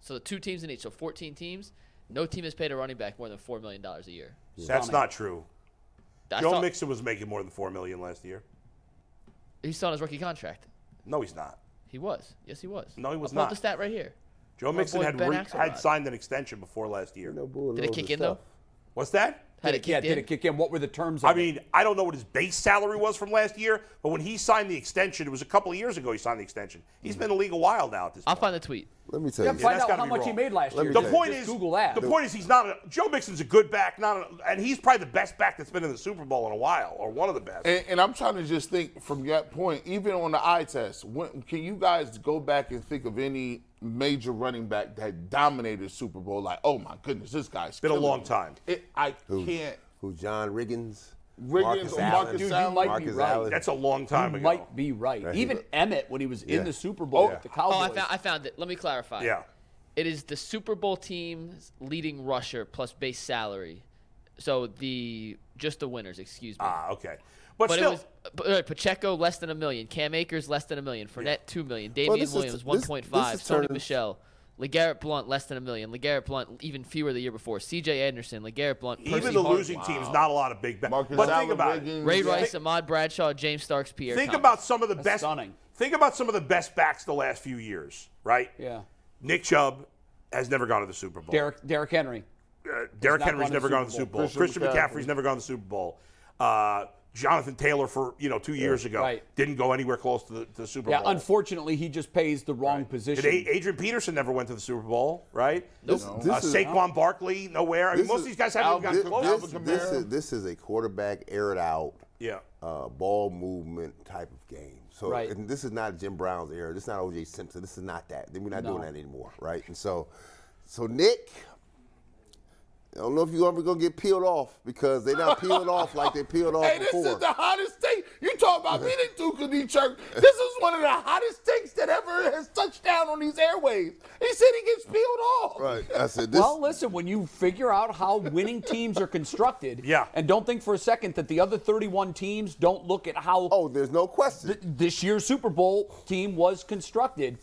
so the two teams in each, so 14 teams, no team has paid a running back more than $4 million a year.
that's not true.
I
Joe
saw-
Mixon was making more than four million last year.
He's still on his rookie contract.
No, he's not.
He was. Yes, he was.
No, he was
I pulled
not.
the stat right here.
Joe Mixon
boy
had,
Ben
re-
Axelrod.
had signed an extension before last year.
Did it kick in, though?
What's that?
Had
Did it, yeah,
kicked
did
in?
it kick in? What were the terms? Of
I mean, I don't know what his base salary was from last year, but when he signed the extension, it was a couple of years ago he signed the extension. He's been in the league a while now at this
I'll
point.
find the tweet.
Let me
it?
tell
Yeah,
you.
find
that's
out
gotta
how
be
much he
wrong.
made last
Let
year.
the
me tell
Just
you.
point is,
Google that.
the point is, he's not a Joe Mixon's a good back, not a, and he's probably the best back that's been in the Super Bowl in a while, or one of the best.
And, and I'm trying to just think from that point, even on the eye test, when, can you guys go back and think of any major running back that dominated Super Bowl? Like, oh my goodness, this guy's
been a
killing
long
it.
time.
It, I can't.
Who? John Riggins.
Riggins
Marcus
or
Allen.
Marcus
Dude, you
Allen.
might be
Marcus
right.
Allen.
That's a long time
You
ago.
might be right.
he
Even
was-
Emmett, when he was in
Yeah.
the Super Bowl
yeah.
with the Cowboys,
Oh, I found, I found it. Let me clarify.
yeah,
It is the Super Bowl team's leading rusher plus base salary. So the just the winners, excuse me.
ah, okay, but,
but
still,
it was but, uh, Pacheco less than a million, Cam Akers less than a million, Fournette two million, Damian
this is-
Williams
this-
one
this
point five,
is
Tony
turning-
Michelle, Legarrette Blunt less than a million, Legarrette Blunt even fewer the year before, C.J. Anderson, Legarrette Blunt, Percy
even the
Harvin,
losing team's not a lot of big backs.
Marcus
But
Allen,
think about it.
Riggins.
Ray
Yeah.
Rice, Ahmad Bradshaw, James Starks, Pierre.
Think
Thomas.
about some of the best.
stunning.
Think about some of the best backs the last few years, right?
yeah.
Nick Chubb has never gone to the Super Bowl.
Derrick, Derrick Henry.
Uh, Derrick
not
Henry's
gone to
never
the
gone to the
Super
Super Bowl. Christian, McCaffrey's never gone to the Super Bowl. Uh, Jonathan Taylor for you know two years ago
Right.
didn't go anywhere close to the, to the Super
Yeah,
Bowl.
unfortunately, he just pays the wrong
Did
position.
A- Adrian Peterson never went to the Super Bowl, right?
This,
Uh,
this is,
Saquon Barkley nowhere. I mean,
this
most
is-
of these guys haven't even
this,
gotten close.
this, this is this is a quarterback aired out
Yeah.
uh, ball movement type of game. So
Right.
and this is not Jim Brown's era. This is not O.J. Simpson. This is not that. Then we're not doing
No.
that anymore, right? And so, so Nick, I don't know if you're ever gonna get peeled off because they're not peeled off like they peeled
[laughs]
off
Hey, this
before.
is the hottest take. You talk about me the Duke of Church. This is one of the hottest takes that ever has touched down on these airwaves. He said he gets peeled off.
right. I said this.
Well, listen, when you figure out how winning teams are constructed,
Yeah.
and don't think for a second that the other 31 teams don't look at how
oh, there's no question.
th- this year's Super Bowl team was constructed.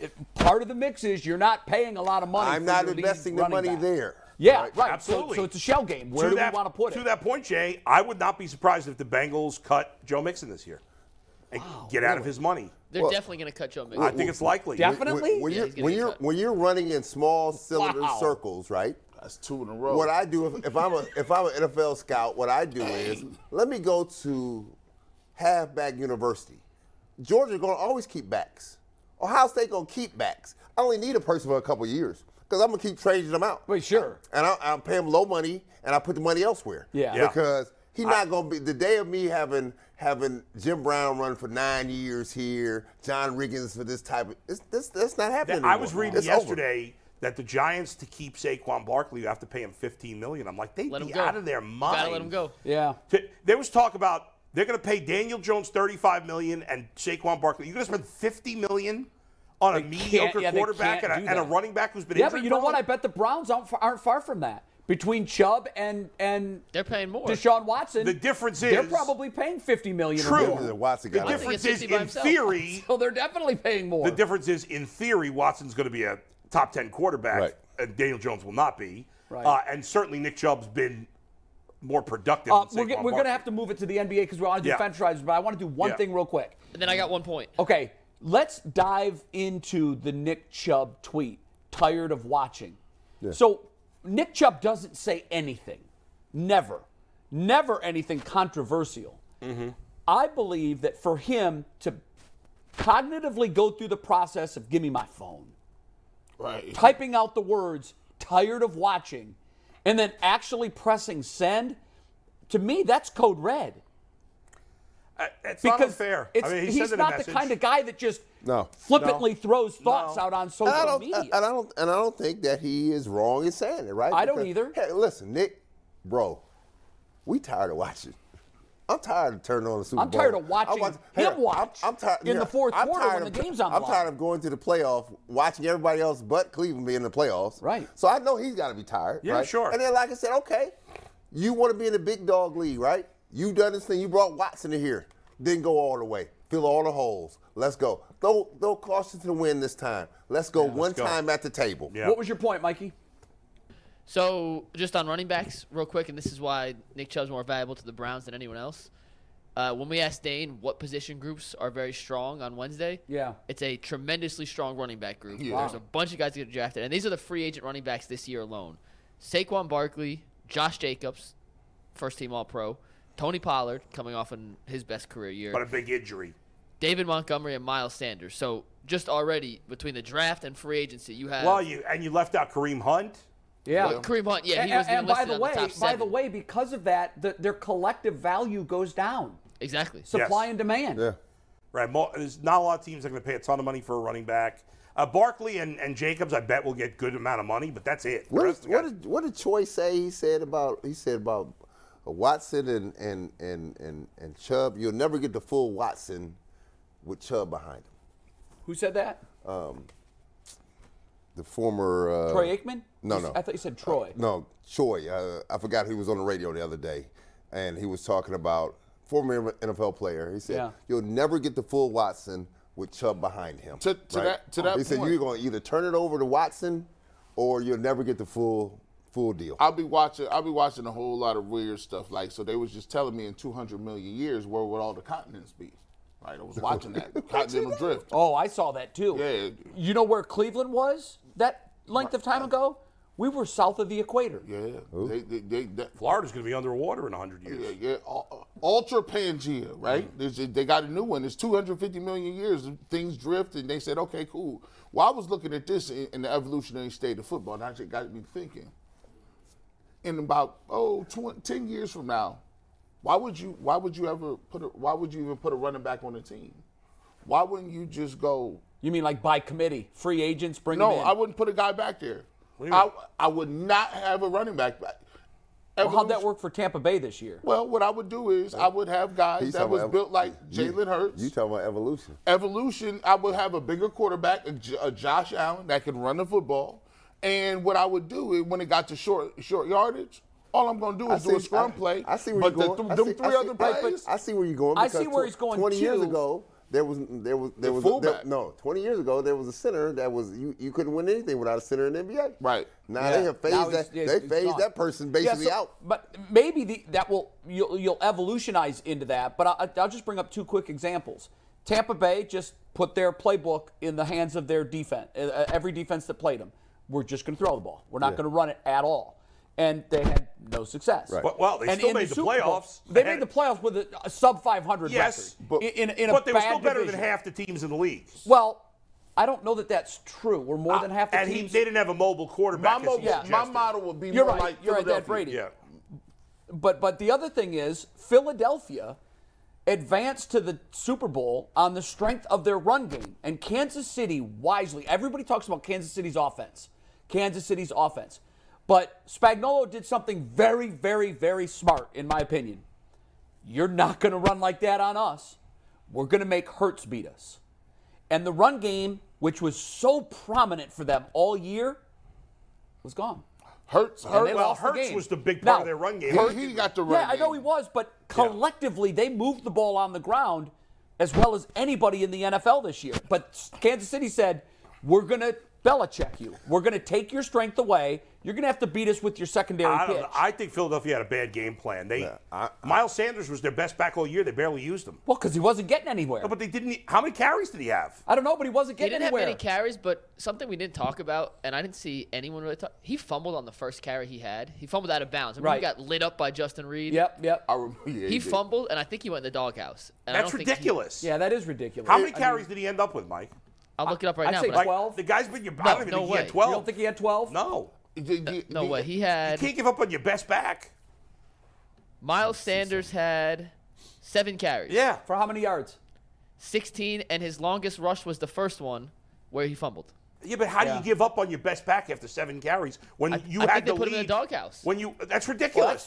It- Part of the mix is you're not paying a lot of money.
I'm
for
not
your lead
investing the
running
money
back.
there.
Yeah, right.
Absolutely.
So, so it's a shell game. Where do
that,
we want to put
To
it?
that point, Jay, I would not be surprised if the Bengals cut Joe Mixon this year and get out of his money.
They're
Well-
definitely going to cut Joe Mixon.
I think it's likely.
Definitely.
When- When,
Yeah, he's
you're
gonna
when
get
you're
cut.
when you're running in small cylinder
Wow.
circles, right?
That's two in a row.
What I do if, if I'm a if I'm an NFL scout, what I do is let me go to halfback university. Georgia gonna always keep backs. Ohio State gonna keep backs. I only need a person for a couple years because I'm gonna keep trading them out.
Wait, sure.
And I, I pay him low money and I put the money elsewhere.
Yeah. Yeah.
Because he's not gonna be the day of me having having Jim Brown run for nine years here, John Riggins for this type of it's, this that's not happening.
That- I was
anymore.
reading
It's over.
yesterday that the Giants to keep Saquon Barkley, you have to pay him 15 million. I'm like, they'd
Let him
be
go.
out of their mind.
Gotta let him go.
yeah.
T- There was talk about they're going to pay Daniel Jones 35 million and Saquon Barkley. You're going to spend 50 million on a mediocre
yeah, they
quarterback
can't
and
do
a, and a
that.
running back who's been
Yeah,
injured.
but you know what?
prone?
I bet the Browns aren't far, aren't far from that. Between Chubb and and
They're paying more.
Deshaun Watson,
The difference
they're
is-
probably paying 50 million. or
True.
more.
That Watson
The
got out.
difference
I think
is,
it's 50 by
in
himself.
theory,
So they're definitely paying more.
the difference is, in theory, Watson's going to be a top 10 quarterback,
Right.
and Daniel Jones will not be.
Right.
Uh, and certainly Nick Chubb's been more productive.
Uh,
than
we're
Saquon
get- we're going to
Barkley.
have to move it to the NBA because we want to do
Yeah.
franchises, but I want to do one
Yeah.
thing real quick.
And then I got one point.
Okay, let's dive into the Nick Chubb tweet. Tired of watching. So Nick Chubb doesn't say anything. Never. Never anything controversial. I believe that for him to cognitively go through the process of give me my phone,
right.
typing out the words tired of watching, and then actually pressing send, to me, that's code red
Uh, It's not
because
unfair.
It's,
I mean, he
he's
sent in a
not the
message.
kind of guy that just
No.
flippantly throws thoughts out on social
and I don't, uh,
media.
And I don't, and I don't think that he is wrong in saying it, right?
I don't either.
Hey, listen, Nick, bro, we tired of watching. I'm tired of turning on the Super
I'm
Bowl.
tired of watching him watch
I'm, I'm tired
in the fourth
I'm
quarter when
tired
the
of-
game's on the
I'm
line.
tired of going to the playoff, watching everybody else but Cleveland be in the playoffs.
Right.
So I know he's got to be tired.
Yeah,
right?
sure.
And then, like I said, okay, you want to be in the big dog league, right? You done this thing. You brought Watson in here. Didn't go all the way. Fill all the holes. Let's go. Throw, throw caution to the wind this time. Let's go one
go.
time at the table.
Yeah.
What was your point, Mikey?
So, just on running backs, real quick, and this is why Nick Chubb's more valuable to the Browns than anyone else. Uh, when we asked Dane what position groups are very strong on Wednesday,
Yeah.
it's a tremendously strong running back group. There's a bunch of guys that get drafted, and these are the free agent running backs this year alone: Saquon Barkley, Josh Jacobs, first team All Pro, Tony Pollard coming off in his best career year,
But a big injury.
David Montgomery, and Miles Sanders. So, just already between the draft and free agency, you have
Well, you and you left out Kareem Hunt.
Yeah.
Well, Kareem Hunt. Yeah,
and
he was
and by
enlisted
the
on
way,
the top
by
seven.
the way, because of that, the, their collective value goes down.
exactly.
Supply
Yes.
and demand.
Yeah.
Right. Mo- There's not a lot of teams that are going to pay a ton of money for a running back. Uh, Barkley and, and Jacobs, I bet, will get good amount of money, but that's it. The
What,
rest
is,
of the
what,
guys-
did, what did Troy say? He said about he said about Watson and and and and, and Chubb. You'll never get the full Watson with Chubb behind him.
Who said that?
The former uh,
Troy Aikman?
no,
You s-
no.
I thought you said Troy.
No, Choi. Uh, I forgot he was on the radio the other day, and he was talking about former NFL player. He said,
Yeah.
"You'll never get the full Watson with Chubb behind him."
To- to that- to that
he said,
point.
"You're going to either turn it over to Watson, or you'll never get the full full deal."
I'll be watching. I'll be watching a whole lot of weird stuff. Like so, they was just telling me in 200 million years where would all the continents be? Right. I was watching that continental drift.
Oh, I saw that too.
Yeah.
You know where Cleveland was that length of time ago? We were south of the equator.
Yeah. They, they, they, that,
Florida's going to be underwater in 100 years.
yeah, yeah, u- ultra Pangea, right?
Mm-hmm.
There's a- they got a new one. It's 250 million years. Things drift, and they said, okay, cool. Well, I was looking at this in, in the evolutionary state of football, and I just got me thinking. In about oh, 20, 10 years from now, Why would you? Why would you ever put? A, why would you even put a running back on the team? Why wouldn't you just go?
You mean like by committee, free agents, bring
No,
them in?
I wouldn't put a guy back there.
do you
I, I would not have a running back back.
Well, how'd that work for Tampa Bay this year?
Well, what I would do is I would have guys
He's
that
talking
was
about-
built like
you-
Jalen Hurts.
You talking about evolution?
evolution, I would have a bigger quarterback, a, J- a Josh Allen that could run the football. And what I would do is when it got to short short yardage, all I'm going to do is
I
do a
see-
scrum
I-
play.
I see where
but
you're
the,
going.
th-
I
them
see-
three
I see-
other
I-
plays.
I see where you're going.
I see
because
where
tw-
he's going,
Twenty years
too.
ago, there was there was there was
fullback.
there- no. Twenty years ago, there was a center that was you, you couldn't win anything without a center in the NBA.
Right.
now
Yeah.
they have phased
Now he's-
that.
he's-
They
he's
phased
gone.
that person
Yeah,
basically
so-
out.
But maybe the, that will you'll, you'll evolutionize into that. But I, I'll just bring up two quick examples. Tampa Bay just put their playbook in the hands of their defense. uh, uh, Every defense that played them, we're just going to throw the ball. We're not going to run it at all, and they had no success.
Right.
But, well, they still
in
made the
Super Bowl,
playoffs.
They
Had-
made the playoffs with a, a sub 500
Yes,
record.
but-
in, in, in a
but they were
bad
still better
division.
than half the teams in the league.
Well, I don't know that that's true. We're more than half the
Uh, and he,
teams.
they didn't have a mobile
my,
quarterback.
mo-
as he
yeah.
my
suggested.
model would be
You're
more
right.
like
You're right, Dad
Philadelphia.
Brady.
Yeah.
But but the other thing is Philadelphia advanced to the Super Bowl on the strength of their run game, and Kansas City wisely. Everybody talks about Kansas City's offense, Kansas City's offense, but Spagnolo did something very, very, very smart, in my opinion. You're not going to run like that on us. We're going to make Hertz beat us, and the run game, which was so prominent for them all year, was gone.
Hurts,
they
Hurts.
Well,
lost the
Hurts
game.
was the big part
Now,
of their run game.
Hurts, he got the run.
Yeah, I know he
game.
was, but collectively they moved the ball on the ground as well as anybody in the NFL this year. But Kansas City said, "We're going to Belichick you. We're going to take your strength away. You're going to have to beat us with your secondary
I,
pitch."
don't, I think Philadelphia had a bad game plan. They
I-
Miles Sanders was their best back all year. They barely used him.
well, because he wasn't getting anywhere.
No, but they didn't. e-, How many carries did he have?
I don't know, but he wasn't
He
getting
didn't have
anywhere.
many carries, but something we didn't talk about, and I didn't see anyone really talk. He fumbled on the first carry he had. He fumbled out of bounds. I mean,
Right.
he got lit up by Justin Reed.
yep, yep.
I rem- yeah,
He
did.
fumbled, and I think he went in the doghouse. And I
That's
don't think he-
ridiculous.
yeah, that is ridiculous.
How many carries did he end up with, Mike?
I'll look it up right
I'd
now.
say
but I-
Like,
12?
The guy's been your. I don't even
no
think he
way.
had
you don't
twelve.
think he had 12?
oh, no,
Did- did-
no
did-
way. He
you
had
can't give up on your best back.
Miles Sanders had seven carries.
Yeah.
For how many yards?
16, and his longest rush was the first one where he fumbled.
Yeah, but how do
Yeah.
you give up on your best back after seven carries when you
I
had
think they
the lead?
put him in the doghouse.
When you that's ridiculous.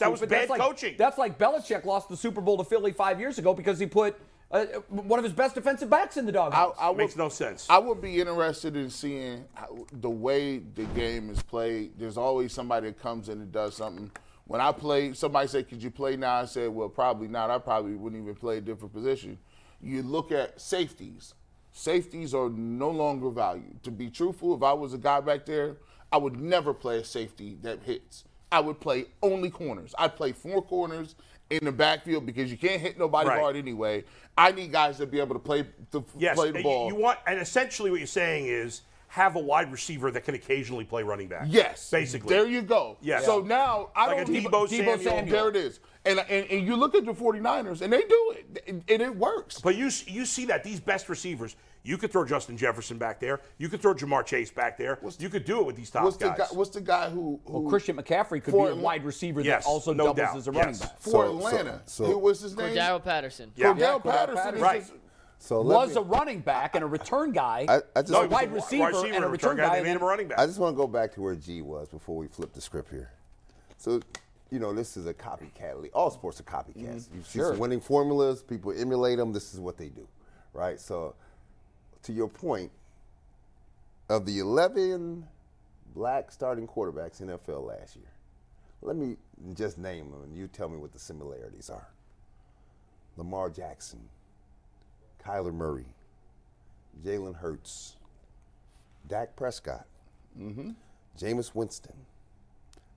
Well,
that was
stupid.
bad
That's like-
coaching.
That's like Belichick lost the Super Bowl to Philly five years ago because he put uh, one of his best defensive backs in the
I,
doghouse.
I would
makes no sense.
I would be interested in seeing how, the way the game is played. There's always somebody that comes in and does something. When I played, somebody said, "Could you play now?" I said, "Well, probably not. I probably wouldn't even play a different position." You look at safeties. Safeties are no longer valued. To be truthful, if I was a guy back there, I would never play a safety that hits. I would play only corners. I'd play four corners in the backfield because you can't hit nobody
Right.
hard anyway. I need guys to be able to play to
yes,
play the
you-
ball.
You want and essentially what you're saying is have a wide receiver that can occasionally play running back.
Yes.
Basically.
There you go.
Yes.
So now I
Like a
don't
Debo Samuel.
There it is. And, and and you look at the 49ers and they do it. And and it works.
But you you see that these best receivers, you could throw Justin Jefferson back there, you could throw Jamar Chase back there, you could do it with these top
what's the
guys.
guy what's the guy who, who
Well, Christian McCaffrey could be
For
a
Atla-
wide receiver
Yes,
that also
no
doubles
doubt.
as a running
Yes.
back.
for
So- so-
Atlanta?
so-
who was his name?
Daryl Patterson.
Yeah.
Cordell
Yeah, Cordell
Patterson. is
Patterson.
his-
So let
Was
me-
a running back and a return guy,
I- I just- No,
a
he was a
wide
wi-
receiver, and a return guy.
They made him a running back.
I just want to go back to where G was before we flip the script here. So, you know, this is a copycat league. All sports are copycats. You see some winning formulas, people emulate them. This is what they do, right? So, to your point, of the 11 black starting quarterbacks in NFL last year, let me just name them and you tell me what the similarities are Lamar Jackson, Kyler Murray, Jalen Hurts. Dak Prescott, Jameis Winston,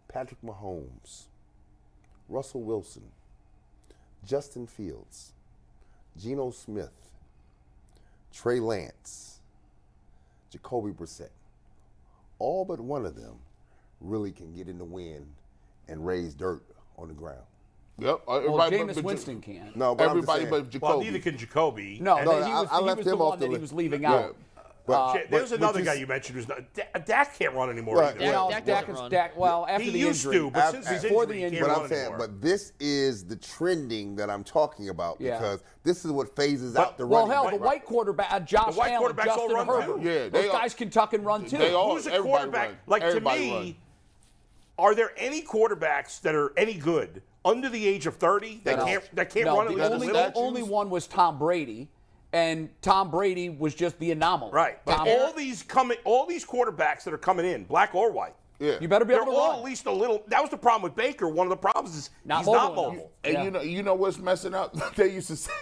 Patrick Mahomes, Russell Wilson, Justin Fields, Geno Smith, Trey Lance, Jacoby Brissett. All but one of them really can get in the wind and raise dirt on the ground.
Yep. Uh,
Well,
everybody but-
Jameis
but-
Winston can.
No, but I'm just
Everybody
saying-
but
well,
Jacoby.
neither can Jacoby.
No,
And
No,
that he
I-
was,
I
he
left
was the
him
one
off the
that he
list.
was leaving
Yeah.
out.
But-
Shit, there was
but-
Uh, another
which
guy
is-
you mentioned who's not. Da- Dak can't run anymore
Right.
either.
Dak-
No,
Dak
Dak
doesn't
is
run.
Dak. Well, after
he
the
used
injury,
to, but since his
before
injury,
the
he
injury,
can't
But
run
I'm saying,
anymore.
but this is the trending that I'm talking about
Yeah.
because this is what phases out the
well,
running.
hell,
back.
the white quarterback, uh, Josh
The white
Allen,
quarterbacks all
Justin
run,
Herbert,
too.
Yeah, they
those
all-
guys can tuck and run too.
They all-
who's a
everybody
quarterback?
run.
Like
Everybody
to me,
run.
are there any quarterbacks that are any good under the age of thirty that
No.
can't that can't
No,
run at
the
least a
only,
little?
the only one was Tom Brady, and Tom Brady was just the anomaly.
Right, but
Tom,
all these coming, all these quarterbacks that are coming in, black or white,
Yeah.
you better be
they're
able to
all
run.
at least a little. That was the problem with Baker. One of the problems is
Not
he's
mobile
not
enough.
mobile.
And
Yeah.
you know, you know what's messing up? [laughs] they used to say,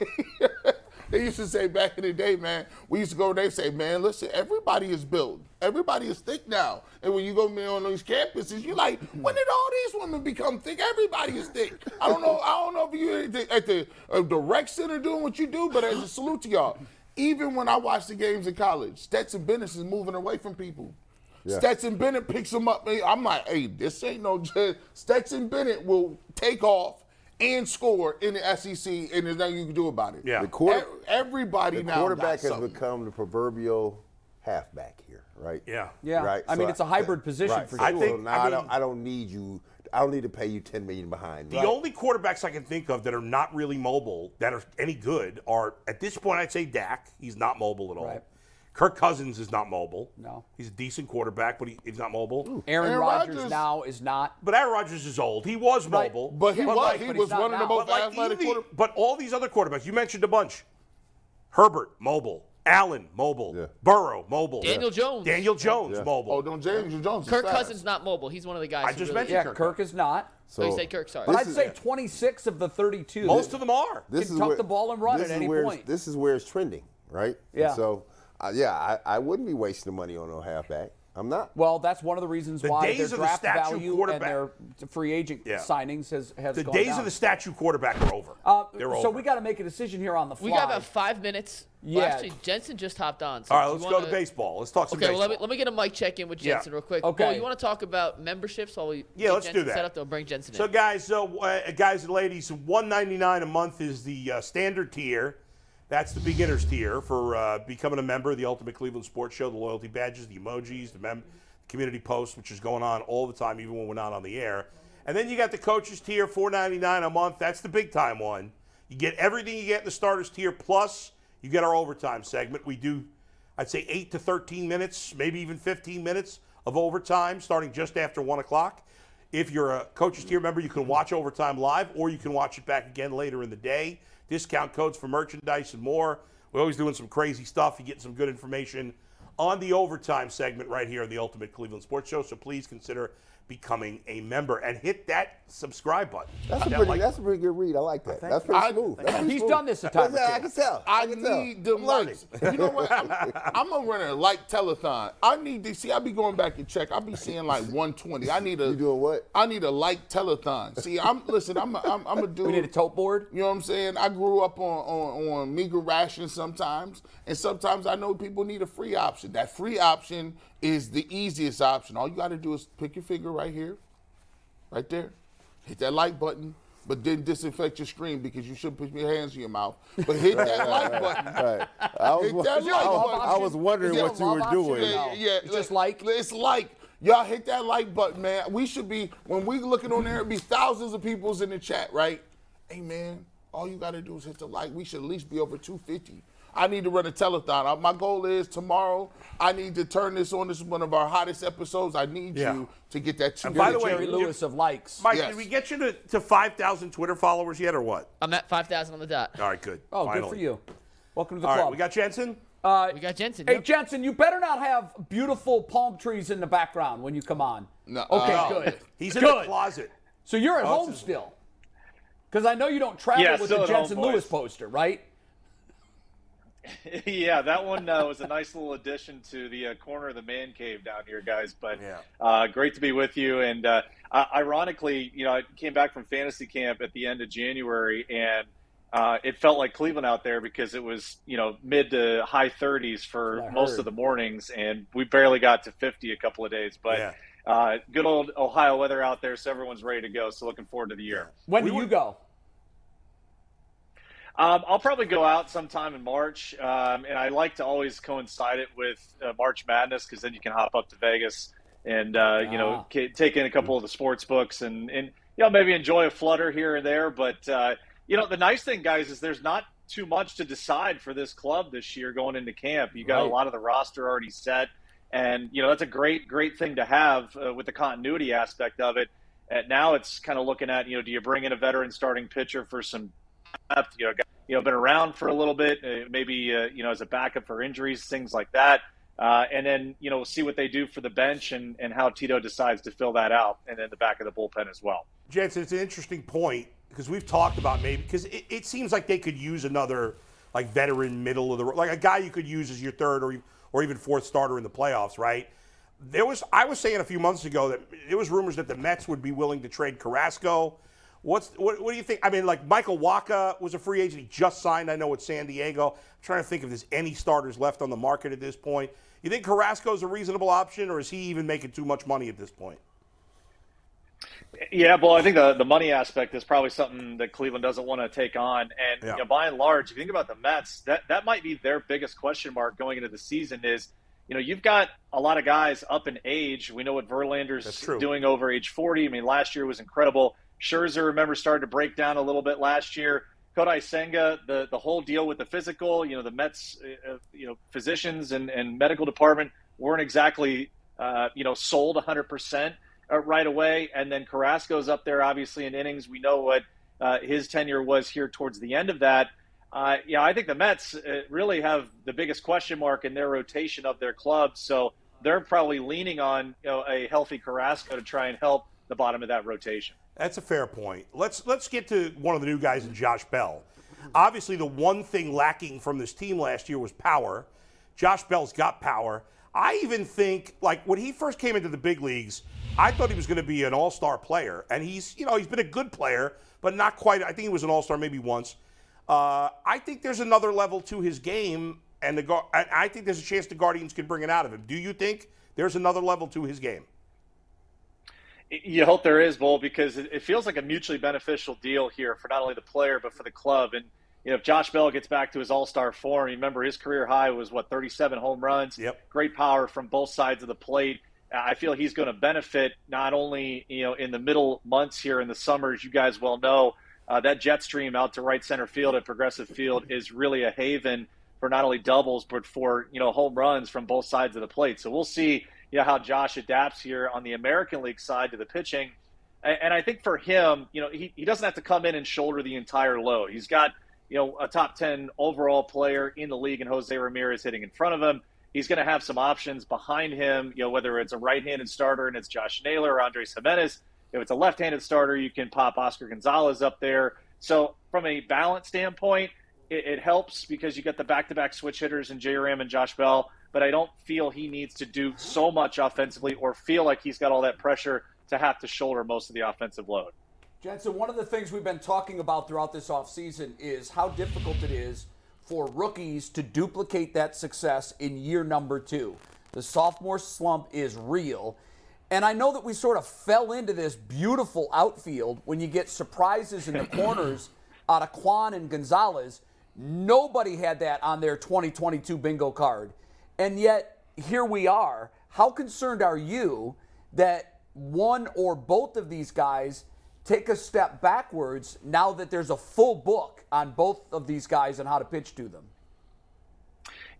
they used to say back in the day, man. We used to go. They say, man, listen, everybody is built. Everybody is thick now. And when you go man, on these campuses, you're like, when did all these women become thick? Everybody is thick. I don't know. I don't know if you at the, at the uh, the rec center doing what you do, but as a salute to y'all. Even when I watch the games in college, Stetson Bennett is moving away from people. Stetson Bennett picks him up. and I'm like, hey, this ain't no just. Stetson Bennett will take off and score in the SEC, and there's nothing you can do about it.
Yeah.
The quarter-
E- everybody
the
now got
quarterback has
something.
become the proverbial halfback here, right?
Yeah.
Yeah.
Right.
I mean, it's a hybrid position for
so
sure. I think-
now
I
I,
mean-
don't. I don't need you. I don't need to pay you ten million behind. me.
The only quarterbacks I can think of that are not really mobile, that are any good, are at this point I'd say Dak. He's not mobile at all.
Right.
Kirk Cousins is not mobile.
No.
he's a decent quarterback, but he, he's not mobile.
Aaron,
Aaron
Rodgers,
Rodgers-
now is not.
But Aaron Rodgers is old. He was
Right.
mobile,
but he
But
was
like-
he
but
was
he's not
one of the
now.
most
but like
athletic
even the-
quarterbacks.
but all these other quarterbacks you mentioned a bunch. Herbert mobile, Allen mobile,
Yeah.
Burrow mobile,
Daniel Jones.
Daniel Jones mobile.
Oh, don't James Jones. is
Kirk
fast.
Cousins not mobile. He's one of the guys.
I
who
just
really-
mentioned
Yeah,
Kirk.
Kirk is not.
So
Oh, you say Kirk, sorry.
But
this
I'd
is-
say 26 of the 32.
Most of them are.
this
can
is
tuck
where,
the ball and run
this
at
is
any
where it's-
point.
This is where it's trending, right? And
Yeah.
so, uh, yeah, I, I wouldn't be wasting the money on no halfback. I'm not.
Well, that's one of the reasons
The
why
days
their
of the
draft
statue
value and
quarterback-
their free agent
Yeah.
signings has has
the
gone
days
down.
of the statue quarterback are over.
Uh,
They're
so
over.
we got to make a decision here on the fly.
We got about five minutes.
Yeah.
Well, actually, Jensen just hopped on. So
All
if
right,
you
let's go to
wanna-
baseball. Let's talk some
Okay, well, let me,
baseball.
let me get a mic check in with
Yeah.
Jensen real quick.
Okay.
Bo, you want to talk about memberships while we
Yeah,
get
let's do
Jensen
that.
set up? They'll bring Jensen
So
in.
guys, so uh, guys and ladies, 199 a month is the uh, standard tier. That's the beginners tier for uh, becoming a member of the Ultimate Cleveland Sports Show. The loyalty badges, the emojis, the mem- community posts, which is going on all the time, even when we're not on the air. And then you got the coaches tier, 499 a month. That's the big time one. You get everything you get in the starters tier, plus you get our overtime segment. We do, I'd say, eight to 13 minutes, maybe even 15 minutes of overtime, starting just after one o'clock. If you're a coaches tier member, you can watch overtime live or you can watch it back again later in the day. Discount codes for merchandise and more. We're always doing some crazy stuff. You're getting some good information on the overtime segment right here on the Ultimate Cleveland Sports Show. So please consider becoming a member and hit that subscribe button.
That's a
That
pretty.
like
that's a pretty good read. I like that. That's pretty
I-
smooth. That's
[coughs]
pretty
He's
smooth.
done this a
[laughs]
time or
Yeah, I
two.
can tell.
I
can tell.
need them
I'm learning.
likes. You know what?
[laughs]
I'm a runner like telethon. I need to see. I be going back and check. I be seeing like 120. I need a.
You doing what?
I need a like telethon. See, I'm listen. I'm a, I'm, I'm a dude.
we need a tote board.
You know what I'm saying? I grew up on, on, on meager rations sometimes, and sometimes I know people need a free option. That free option is the easiest option. All you got to do is pick your finger right here, right there, hit that like button, but then disinfect your screen because you shouldn't put your hands in your mouth. But hit that like button.
Right. I was,
Hit that
I
like
was-
button.
I was wondering
Is there
what you
a
were
love option?
doing.
Yeah.
Yeah, yeah.
It's just like-
It's like. Y'all hit that like button, man. We should be when we looking on there, it be thousands of people's in the chat, right? Hey man, all you gotta do is hit the like. We should at least be over 250. I need to run a telethon. Uh, My goal is tomorrow. I need to turn this on. This is one of our hottest episodes. I need
Yeah.
you to get that.
And by the way,
Jerry
you-
Lewis of likes.
Mike,
Yes.
did we get you to, to 5,000 Twitter followers yet or what?
I'm at 5,000 on the dot.
All right, good.
oh, good for
Finally.
you. Welcome to the
All
club.
right, we got Jensen?
We got Jensen.
Hey
yep.
Jensen, you better not have beautiful palm trees in the background when you come on.
No,
Okay,
uh,
good.
He's in the
Good.
closet.
So you're at
Oh,
home
this is-
still, because I know you don't travel
Yeah,
with
still
the
at home,
Jensen Lewis
boys.
poster, right?
yeah, that one uh, was a nice little addition to the uh, corner of the man cave down here, guys. But
Yeah.
uh, great to be with you. And uh, I- ironically, you know, I came back from fantasy camp at the end of January, and uh, it felt like Cleveland out there because it was you know mid to high 30s for
I
most
heard.
of the mornings, and we barely got to 50 a couple of days. But
Yeah.
uh, good old Ohio weather out there, so everyone's ready to go. So looking forward to the year.
When
We
do
were-
you go?
Um, I'll probably go out sometime in March, um, and I like to always coincide it with uh, March Madness because then you can hop up to Vegas and uh, you know
Ah.
ca take in a couple of the sports books and and you know maybe enjoy a flutter here and there. But uh, you know the nice thing, guys, is there's not too much to decide for this club this year going into camp. You got a
Right.
lot of the roster already set, and you know that's a great great thing to have uh, with the continuity aspect of it. And now it's kind of looking at you know do you bring in a veteran starting pitcher for some depth, you know, got, you know, been around for a little bit, uh, maybe uh, you know as a backup for injuries, things like that. Uh, and then you know we'll see what they do for the bench and, and how Tito decides to fill that out, and then the back of the bullpen as well.
Jensen, it's an interesting point because we've talked about maybe because it, it seems like they could use another like veteran middle of the road, like a guy you could use as your third or or even fourth starter in the playoffs, right? There was I was saying a few months ago that there was rumors that the Mets would be willing to trade Carrasco. What's what, what do you think? I mean, like Michael Waka was a free agent; he just signed. I know with San Diego. I'm trying to think if there's any starters left on the market at this point. You think Carrasco is a reasonable option, or is he even making too much money at this point?
Yeah, well, I think the, the money aspect is probably something that Cleveland doesn't want to take on. And
Yeah.
you know, by and large, if you think about the Mets, that, that might be their biggest question mark going into the season is, you know, you've got a lot of guys up in age. We know what
That's
Verlander's
true.
doing over age 40. I mean, last year was incredible. Scherzer, remember, started to break down a little bit last year. Kodai Senga, the, the whole deal with the physical, you know, the Mets, uh, uh, you know, physicians and, and medical department weren't exactly, uh, you know, sold 100% uh, right away. And then Carrasco's up there, obviously, in innings. We know what uh, his tenure was here towards the end of that. Uh, yeah, I think the Mets uh, really have the biggest question mark in their rotation of their club. So they're probably leaning on you know, a healthy Carrasco to try and help the bottom of that rotation.
That's a fair point. Let's let's get to one of the new guys in Josh Bell. Obviously, the one thing lacking from this team last year was power. Josh Bell's got power. I even think like when he first came into the big leagues, I thought he was going to be an all-star player, and he's you know he's been a good player, but not quite. I think he was an all-star maybe once. Uh, I think there's another level to his game, and the Guar- I I think there's a chance the Guardians can bring it out of him. Do you think there's another level to his game?
you hope there is bull because it, it feels like a mutually beneficial deal here for not only the player but for the club and you know if josh bell gets back to his all-star form you remember his career high was what 37 home runs
Yep.
great power from both sides of the plate Uh, i feel he's going to benefit not only you know in the middle months here in the summers you guys well know uh, that jet stream out to right center field at progressive field is really a haven for not only doubles but for you know home runs from both sides of the plate. So we'll see you know how Josh adapts here on the American League side to the pitching. And, and I think for him, you know, he, he doesn't have to come in and shoulder the entire load. He's got you know a top ten overall player in the league, and Jose Ramirez hitting in front of him. He's going to have some options behind him, you know, whether it's a right-handed starter and it's Josh Naylor or Andres Jimenez. If it's a left-handed starter, you can pop Oscar Gonzalez up there. So from a balance standpoint, it, it helps because you get the back-to-back switch hitters and J. Ram and Josh Bell. But I don't feel he needs to do so much offensively or feel like he's got all that pressure to have to shoulder most of the offensive load.
Jensen, one of the things we've been talking about throughout this offseason is how difficult it is for rookies to duplicate that success in year number two. The sophomore slump is real. And I know that we sort of fell into this beautiful outfield when you get surprises in the corners out of Quan and Gonzalez. Nobody had that on their 2022 bingo card. And yet, here we are. How concerned are you that one or both of these guys take a step backwards now that there's a full book on both of these guys and how to pitch to them?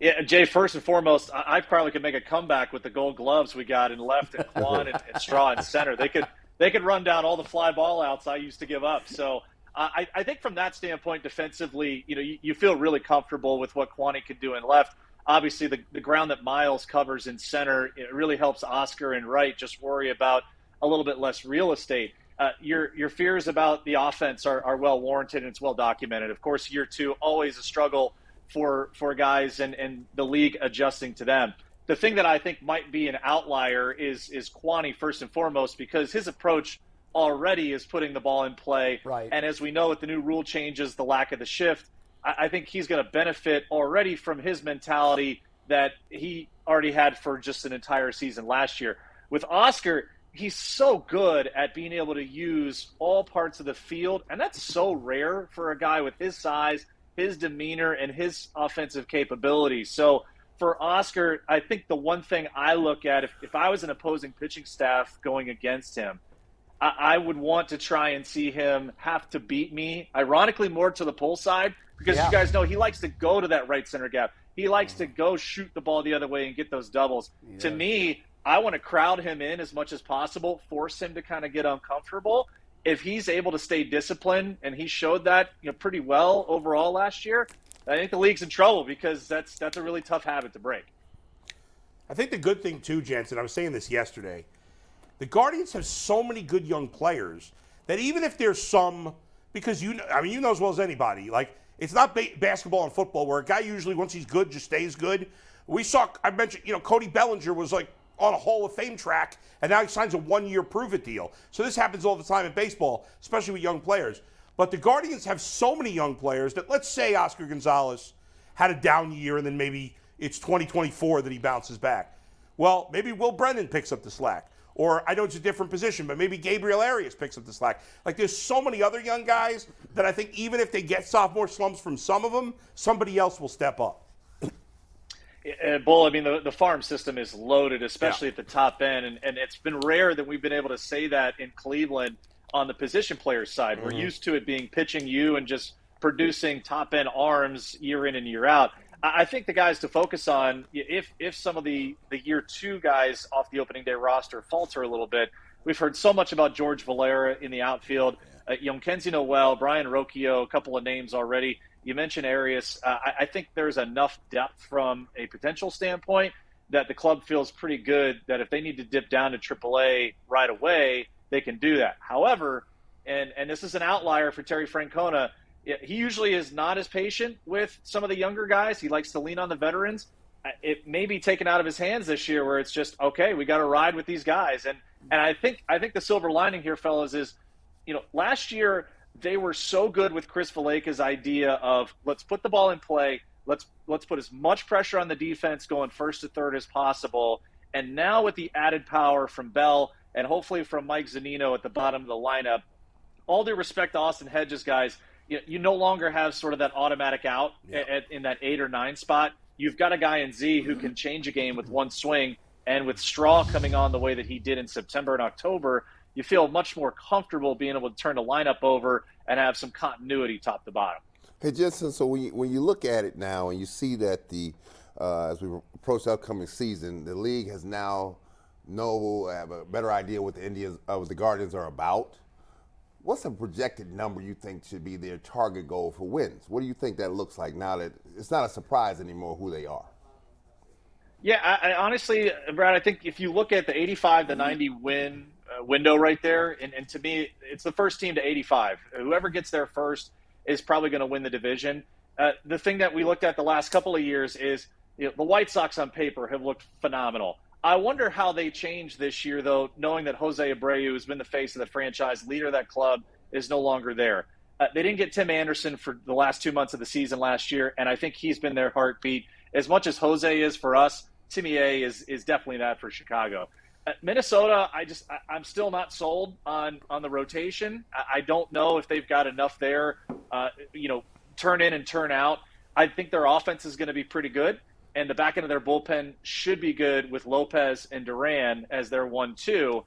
Yeah, Jay. First and foremost, I, I probably could make a comeback with the Gold Gloves we got in left and Quan and, and Straw and center. They could they could run down all the fly ball outs I used to give up. So Uh, I, I think from that standpoint, defensively, you know, you, you feel really comfortable with what Kwani can do in left. Obviously, the, the ground that Miles covers in center it really helps Oscar and Wright just worry about a little bit less real estate. Uh, your your fears about the offense are, are well warranted and it's well documented. Of course, year two always a struggle for for guys and and the league adjusting to them. The thing that I think might be an outlier is is Kwani first and foremost because his approach already is putting the ball in play.
Right.
And as we know, with the new rule changes, the lack of the shift, I, I think he's going to benefit already from his mentality that he already had for just an entire season last year. With Oscar, he's so good at being able to use all parts of the field, and that's so rare for a guy with his size his demeanor and his offensive capabilities. So for Oscar, I think the one thing I look at if, if I was an opposing pitching staff going against him, I, I would want to try and see him have to beat me, ironically, more to the pull side, because you guys know he likes to go to that right center gap. He likes to go shoot the ball the other way and get those doubles. To me, I want to crowd him in as much as possible, force him to kind of get uncomfortable. If he's able to stay disciplined, and he showed that you know pretty well overall last year, I think the league's in trouble because that's that's a really tough habit to break.
I think the good thing too, Jensen, I was saying this yesterday. The Guardians have so many good young players that even if there's some, because you, know, I mean, you know as well as anybody, like it's not ba- basketball and football where a guy usually once he's good just stays good. We saw, I mentioned, you know, Cody Bellinger was like on a Hall of Fame track, and now he signs a one-year prove-it deal. So this happens all the time in baseball, especially with young players. But the Guardians have so many young players that let's say Oscar Gonzalez had a down year, and then maybe it's 2024 that he bounces back. Well, maybe Will Brennan picks up the slack. Or I know it's a different position, but maybe Gabriel Arias picks up the slack. Like there's so many other young guys that I think even if they get sophomore slumps from some of them, somebody else will step up.
Uh, Bull, I mean, the, the farm system is loaded, especially at the top end. And, and it's been rare that we've been able to say that in Cleveland on the position players side. We're used to it being pitching you and just producing top end arms year in and year out. I, I think the guys to focus on, y- if, if some of the, the year two guys off the opening day roster falter a little bit, we've heard so much about George Valera in the outfield. Uh, you know, Kenzie Noel, Brian Rocchio, a couple of names already. You mentioned Arias. Uh, I, I think there's enough depth from a potential standpoint that the club feels pretty good that if they need to dip down to AAA right away, they can do that. However, and and this is an outlier for Terry Francona. yeah, He usually is not as patient with some of the younger guys. He likes to lean on the veterans. Uh, It may be taken out of his hands this year, where it's just okay. We got to ride with these guys, and and I think I think the silver lining here, fellas, is you know, last year they were so good with Chris Valleca's idea of let's put the ball in play, let's let's put as much pressure on the defense going first to third as possible. And now with the added power from Bell and hopefully from Mike Zanino at the bottom of the lineup, all due respect to Austin Hedges, guys, you, you no longer have sort of that automatic out at, at- in that eight or nine spot. You've got a guy in Z who can change a game with one swing, and with Straw coming on the way that he did in September and October, you feel much more comfortable being able to turn the lineup over and have some continuity top to bottom.
Hey, Jensen, so when you, when you look at it now and you see that the, uh, as we approach the upcoming season, the league has now know, have a better idea what the Indians, uh, what the Guardians are about. What's a projected number you think should be their target goal for wins? What do you think that looks like now that it's not a surprise anymore who they are?
Yeah, I, I honestly, Brad, I think if you look at the 85 to 90 win uh, window right there, and, and to me, it's the first team to 85. Whoever gets there first is probably going to win the division. Uh, the thing that we looked at the last couple of years is you know, the White Sox on paper have looked phenomenal. I wonder how they change this year, though, knowing that Jose Abreu has been the face of the franchise, leader of that club, is no longer there. Uh, they didn't get Tim Anderson for the last two months of the season last year, and I think he's been their heartbeat. As much as Jose is for us, Timmy A is is definitely that for Chicago. Uh, Minnesota, I just I, I'm still not sold on on the rotation. I, I don't know if they've got enough there. Uh, you know, turn in and turn out. I think their offense is going to be pretty good, and the back end of their bullpen should be good with Lopez and Duran as their one-two.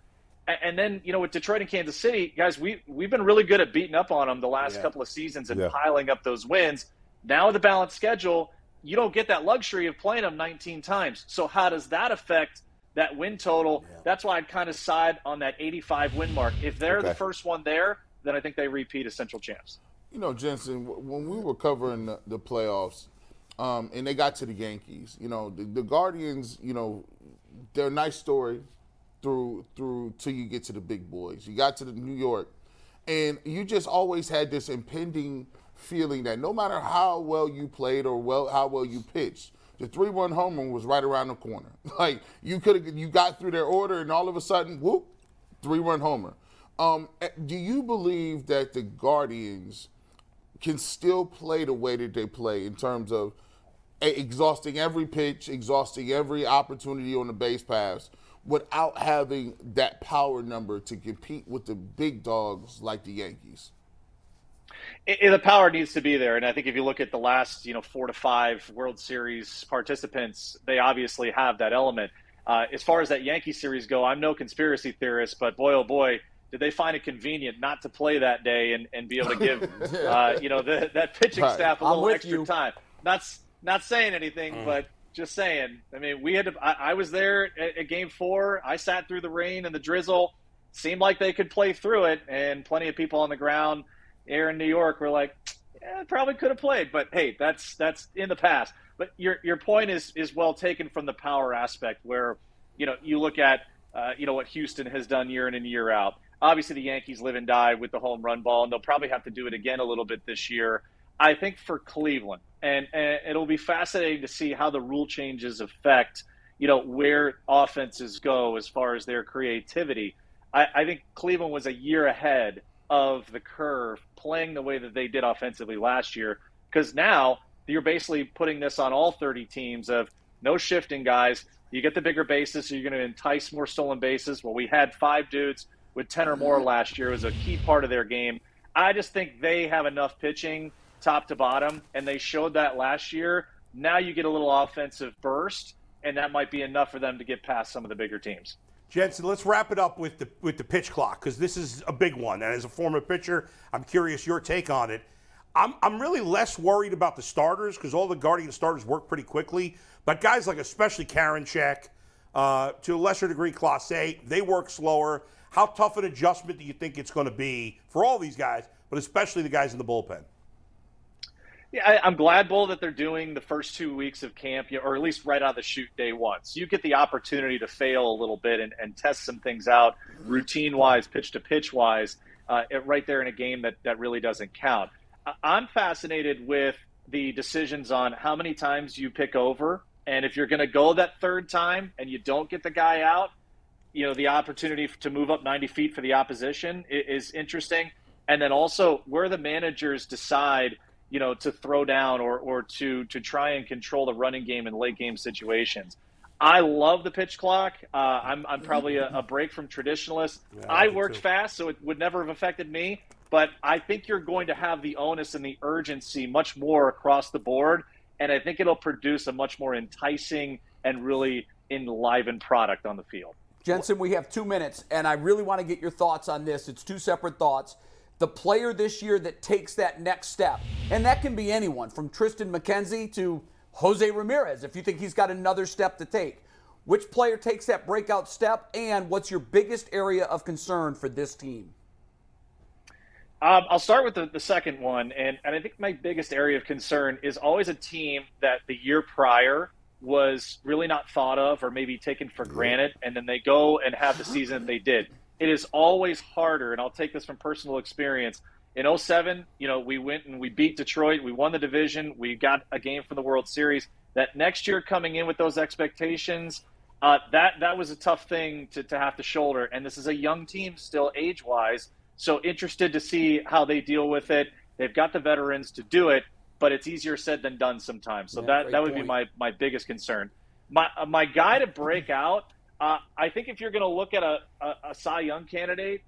A- And then you know with Detroit and Kansas City, guys, we we've been really good at beating up on them the last couple of seasons and
Yeah.
piling up those wins. Now with the balanced schedule, you don't get that luxury of playing them 19 times. So how does that affect that win total? That's why I'd kind of side on that 85 win mark. If they're the
Okay.
first one there, then I think they repeat as central champs.
You know, Jensen, w- when we were covering the, the playoffs, um, and they got to the Yankees, you know, the, the Guardians, you know, they're a nice story through through till you get to the big boys. You got to the New York, and you just always had this impending feeling that no matter how well you played or well how well you pitched, the three run homer was right around the corner. [laughs] Like you could have you got through their order, and all of a sudden, whoop, three run homer. Um, eh, do you believe that the Guardians? can still play the way that they play in terms of e- exhausting every pitch, exhausting every opportunity on the base paths without having that power number to compete with the big dogs like the Yankees.
i i the power needs to be there. And I think if you look at the last, you know, four to five World Series participants, they obviously have that element. Uh, as far as that Yankee series go, I'm no conspiracy theorist, but boy, oh boy, did they find it convenient not to play that day and, and be able to give, uh, you know, the, that pitching
Right.
staff a
I'm
little
with
extra
you.
time. Not s- not saying anything, but just saying. I mean, we had to. I, I was there at, at Game Four. I sat through the rain and the drizzle. Seemed like they could play through it, and plenty of people on the ground here in New York were like, yeah, probably could have played, but hey, that's that's in the past. But your your point is is well taken from the power aspect, where you know you look at uh, you know what Houston has done year in and year out. Obviously, the Yankees live and die with the home run ball, and they'll probably have to do it again a little bit this year. I think for Cleveland, and, and it'll be fascinating to see how the rule changes affect you know where offenses go as far as their creativity. I, I think Cleveland was a year ahead of the curve playing the way that they did offensively last year because now you're basically putting this on all 30 teams of no shifting guys you get the bigger bases so you're going to entice more stolen bases well we had five dudes with 10 or more last year it was a key part of their game i just think they have enough pitching top to bottom and they showed that last year now you get a little offensive burst and that might be enough for them to get past some of the bigger teams
Jensen, let's wrap it up with the with the pitch clock because this is a big one. And as a former pitcher, I'm curious your take on it. I'm, I'm really less worried about the starters because all the Guardian starters work pretty quickly. But guys like especially Karinchak, uh, to a lesser degree Classe, they work slower. How tough an adjustment do you think it's going to be for all these guys, but especially the guys in the bullpen?
Yeah, I, I'm glad, Bull, that they're doing the first two weeks of camp, you know, or at least right out of the shoot day one. So you get the opportunity to fail a little bit and, and test some things out routine wise, pitch to pitch wise, uh, it- right there in a game that, that really doesn't count. I, I'm fascinated with the decisions on how many times you pick over. And if you're going to go that third time and you don't get the guy out, you know the opportunity f- to move up 90 feet for the opposition i- is interesting and then also where the managers decide you know to throw down or or to to try and control the running game in late game situations i love the pitch clock uh, i'm i'm probably a, a break from traditionalists i
me
worked
too.
fast so it would never have affected me but i think you're going to have the onus and the urgency much more across the board and i think it'll produce a much more enticing and really enlivened product on the field
Jensen, we have two minutes, and I really want to get your thoughts on this. It's two separate thoughts. The player this year that takes that next step, and that can be anyone from Tristan McKenzie to Jose Ramirez, if you think he's got another step to take. Which player takes that breakout step, and what's your biggest area of concern for this team?
Um, I'll start with the, the second one, and, and I think my biggest area of concern is always a team that the year prior was really not thought of or maybe taken for granted, and then they go and have the season that they did. It is always harder, and I'll take this from personal experience. In 07, you know, we went and we beat Detroit, we won the division, we got a game from the World Series. That next year coming in with those expectations, uh, that that was a tough thing to, to have to shoulder. And this is a young team still age wise, so interested to see how they deal with it. They've got the veterans to do it, but it's easier said than done sometimes. So that
great
that would
point.
be my my biggest concern. My uh, my guy to break out, uh, I think if you're going to look at a, a, a Cy Young candidate,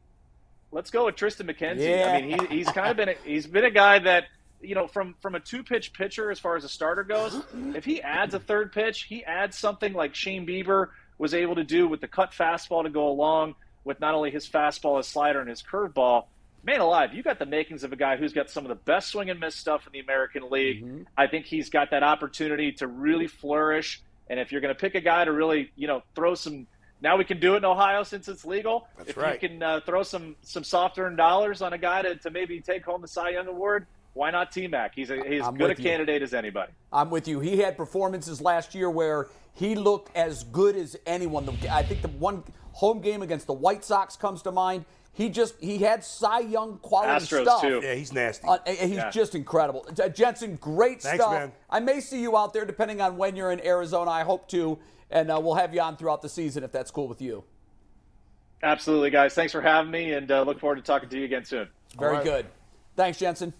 let's go with Tristan McKenzie. I mean, he, he's kind of been a, he's been a guy that you know from from a two pitch pitcher as far as a starter goes. If he adds a third pitch, he adds something like Shane Bieber was able to do with the cut fastball to go along with not only his fastball, his slider, and his curveball. Man alive, you got the makings of a guy who's got some of the best swing and miss stuff in the American League. I think he's got that opportunity to really flourish. And if you're going to pick a guy to really, you know, throw some, now we can do it in Ohio since it's legal. That's if
right.
you can uh, throw some some soft earned dollars on a guy to, to maybe take home the Cy Young Award, why not T Mac? He's a, he's as
I'm
good a
with you.
candidate as anybody.
I'm with you. He had performances last year where he looked as good as anyone. The- I think the one home game against the White Sox comes to mind. He just he had Cy Young quality
Astros,
stuff.
too.
Yeah, he's nasty.
Uh, and- and he's
Yeah.
just incredible. J- Jensen, great
Thanks,
stuff.
man.
I may see you out there depending on when you're in Arizona. I hope to, and uh, we'll have you on throughout the season if that's cool with you.
Absolutely, guys. Thanks for having me, and uh, look forward to talking to you again soon.
Very
right.
good. Thanks, Jensen.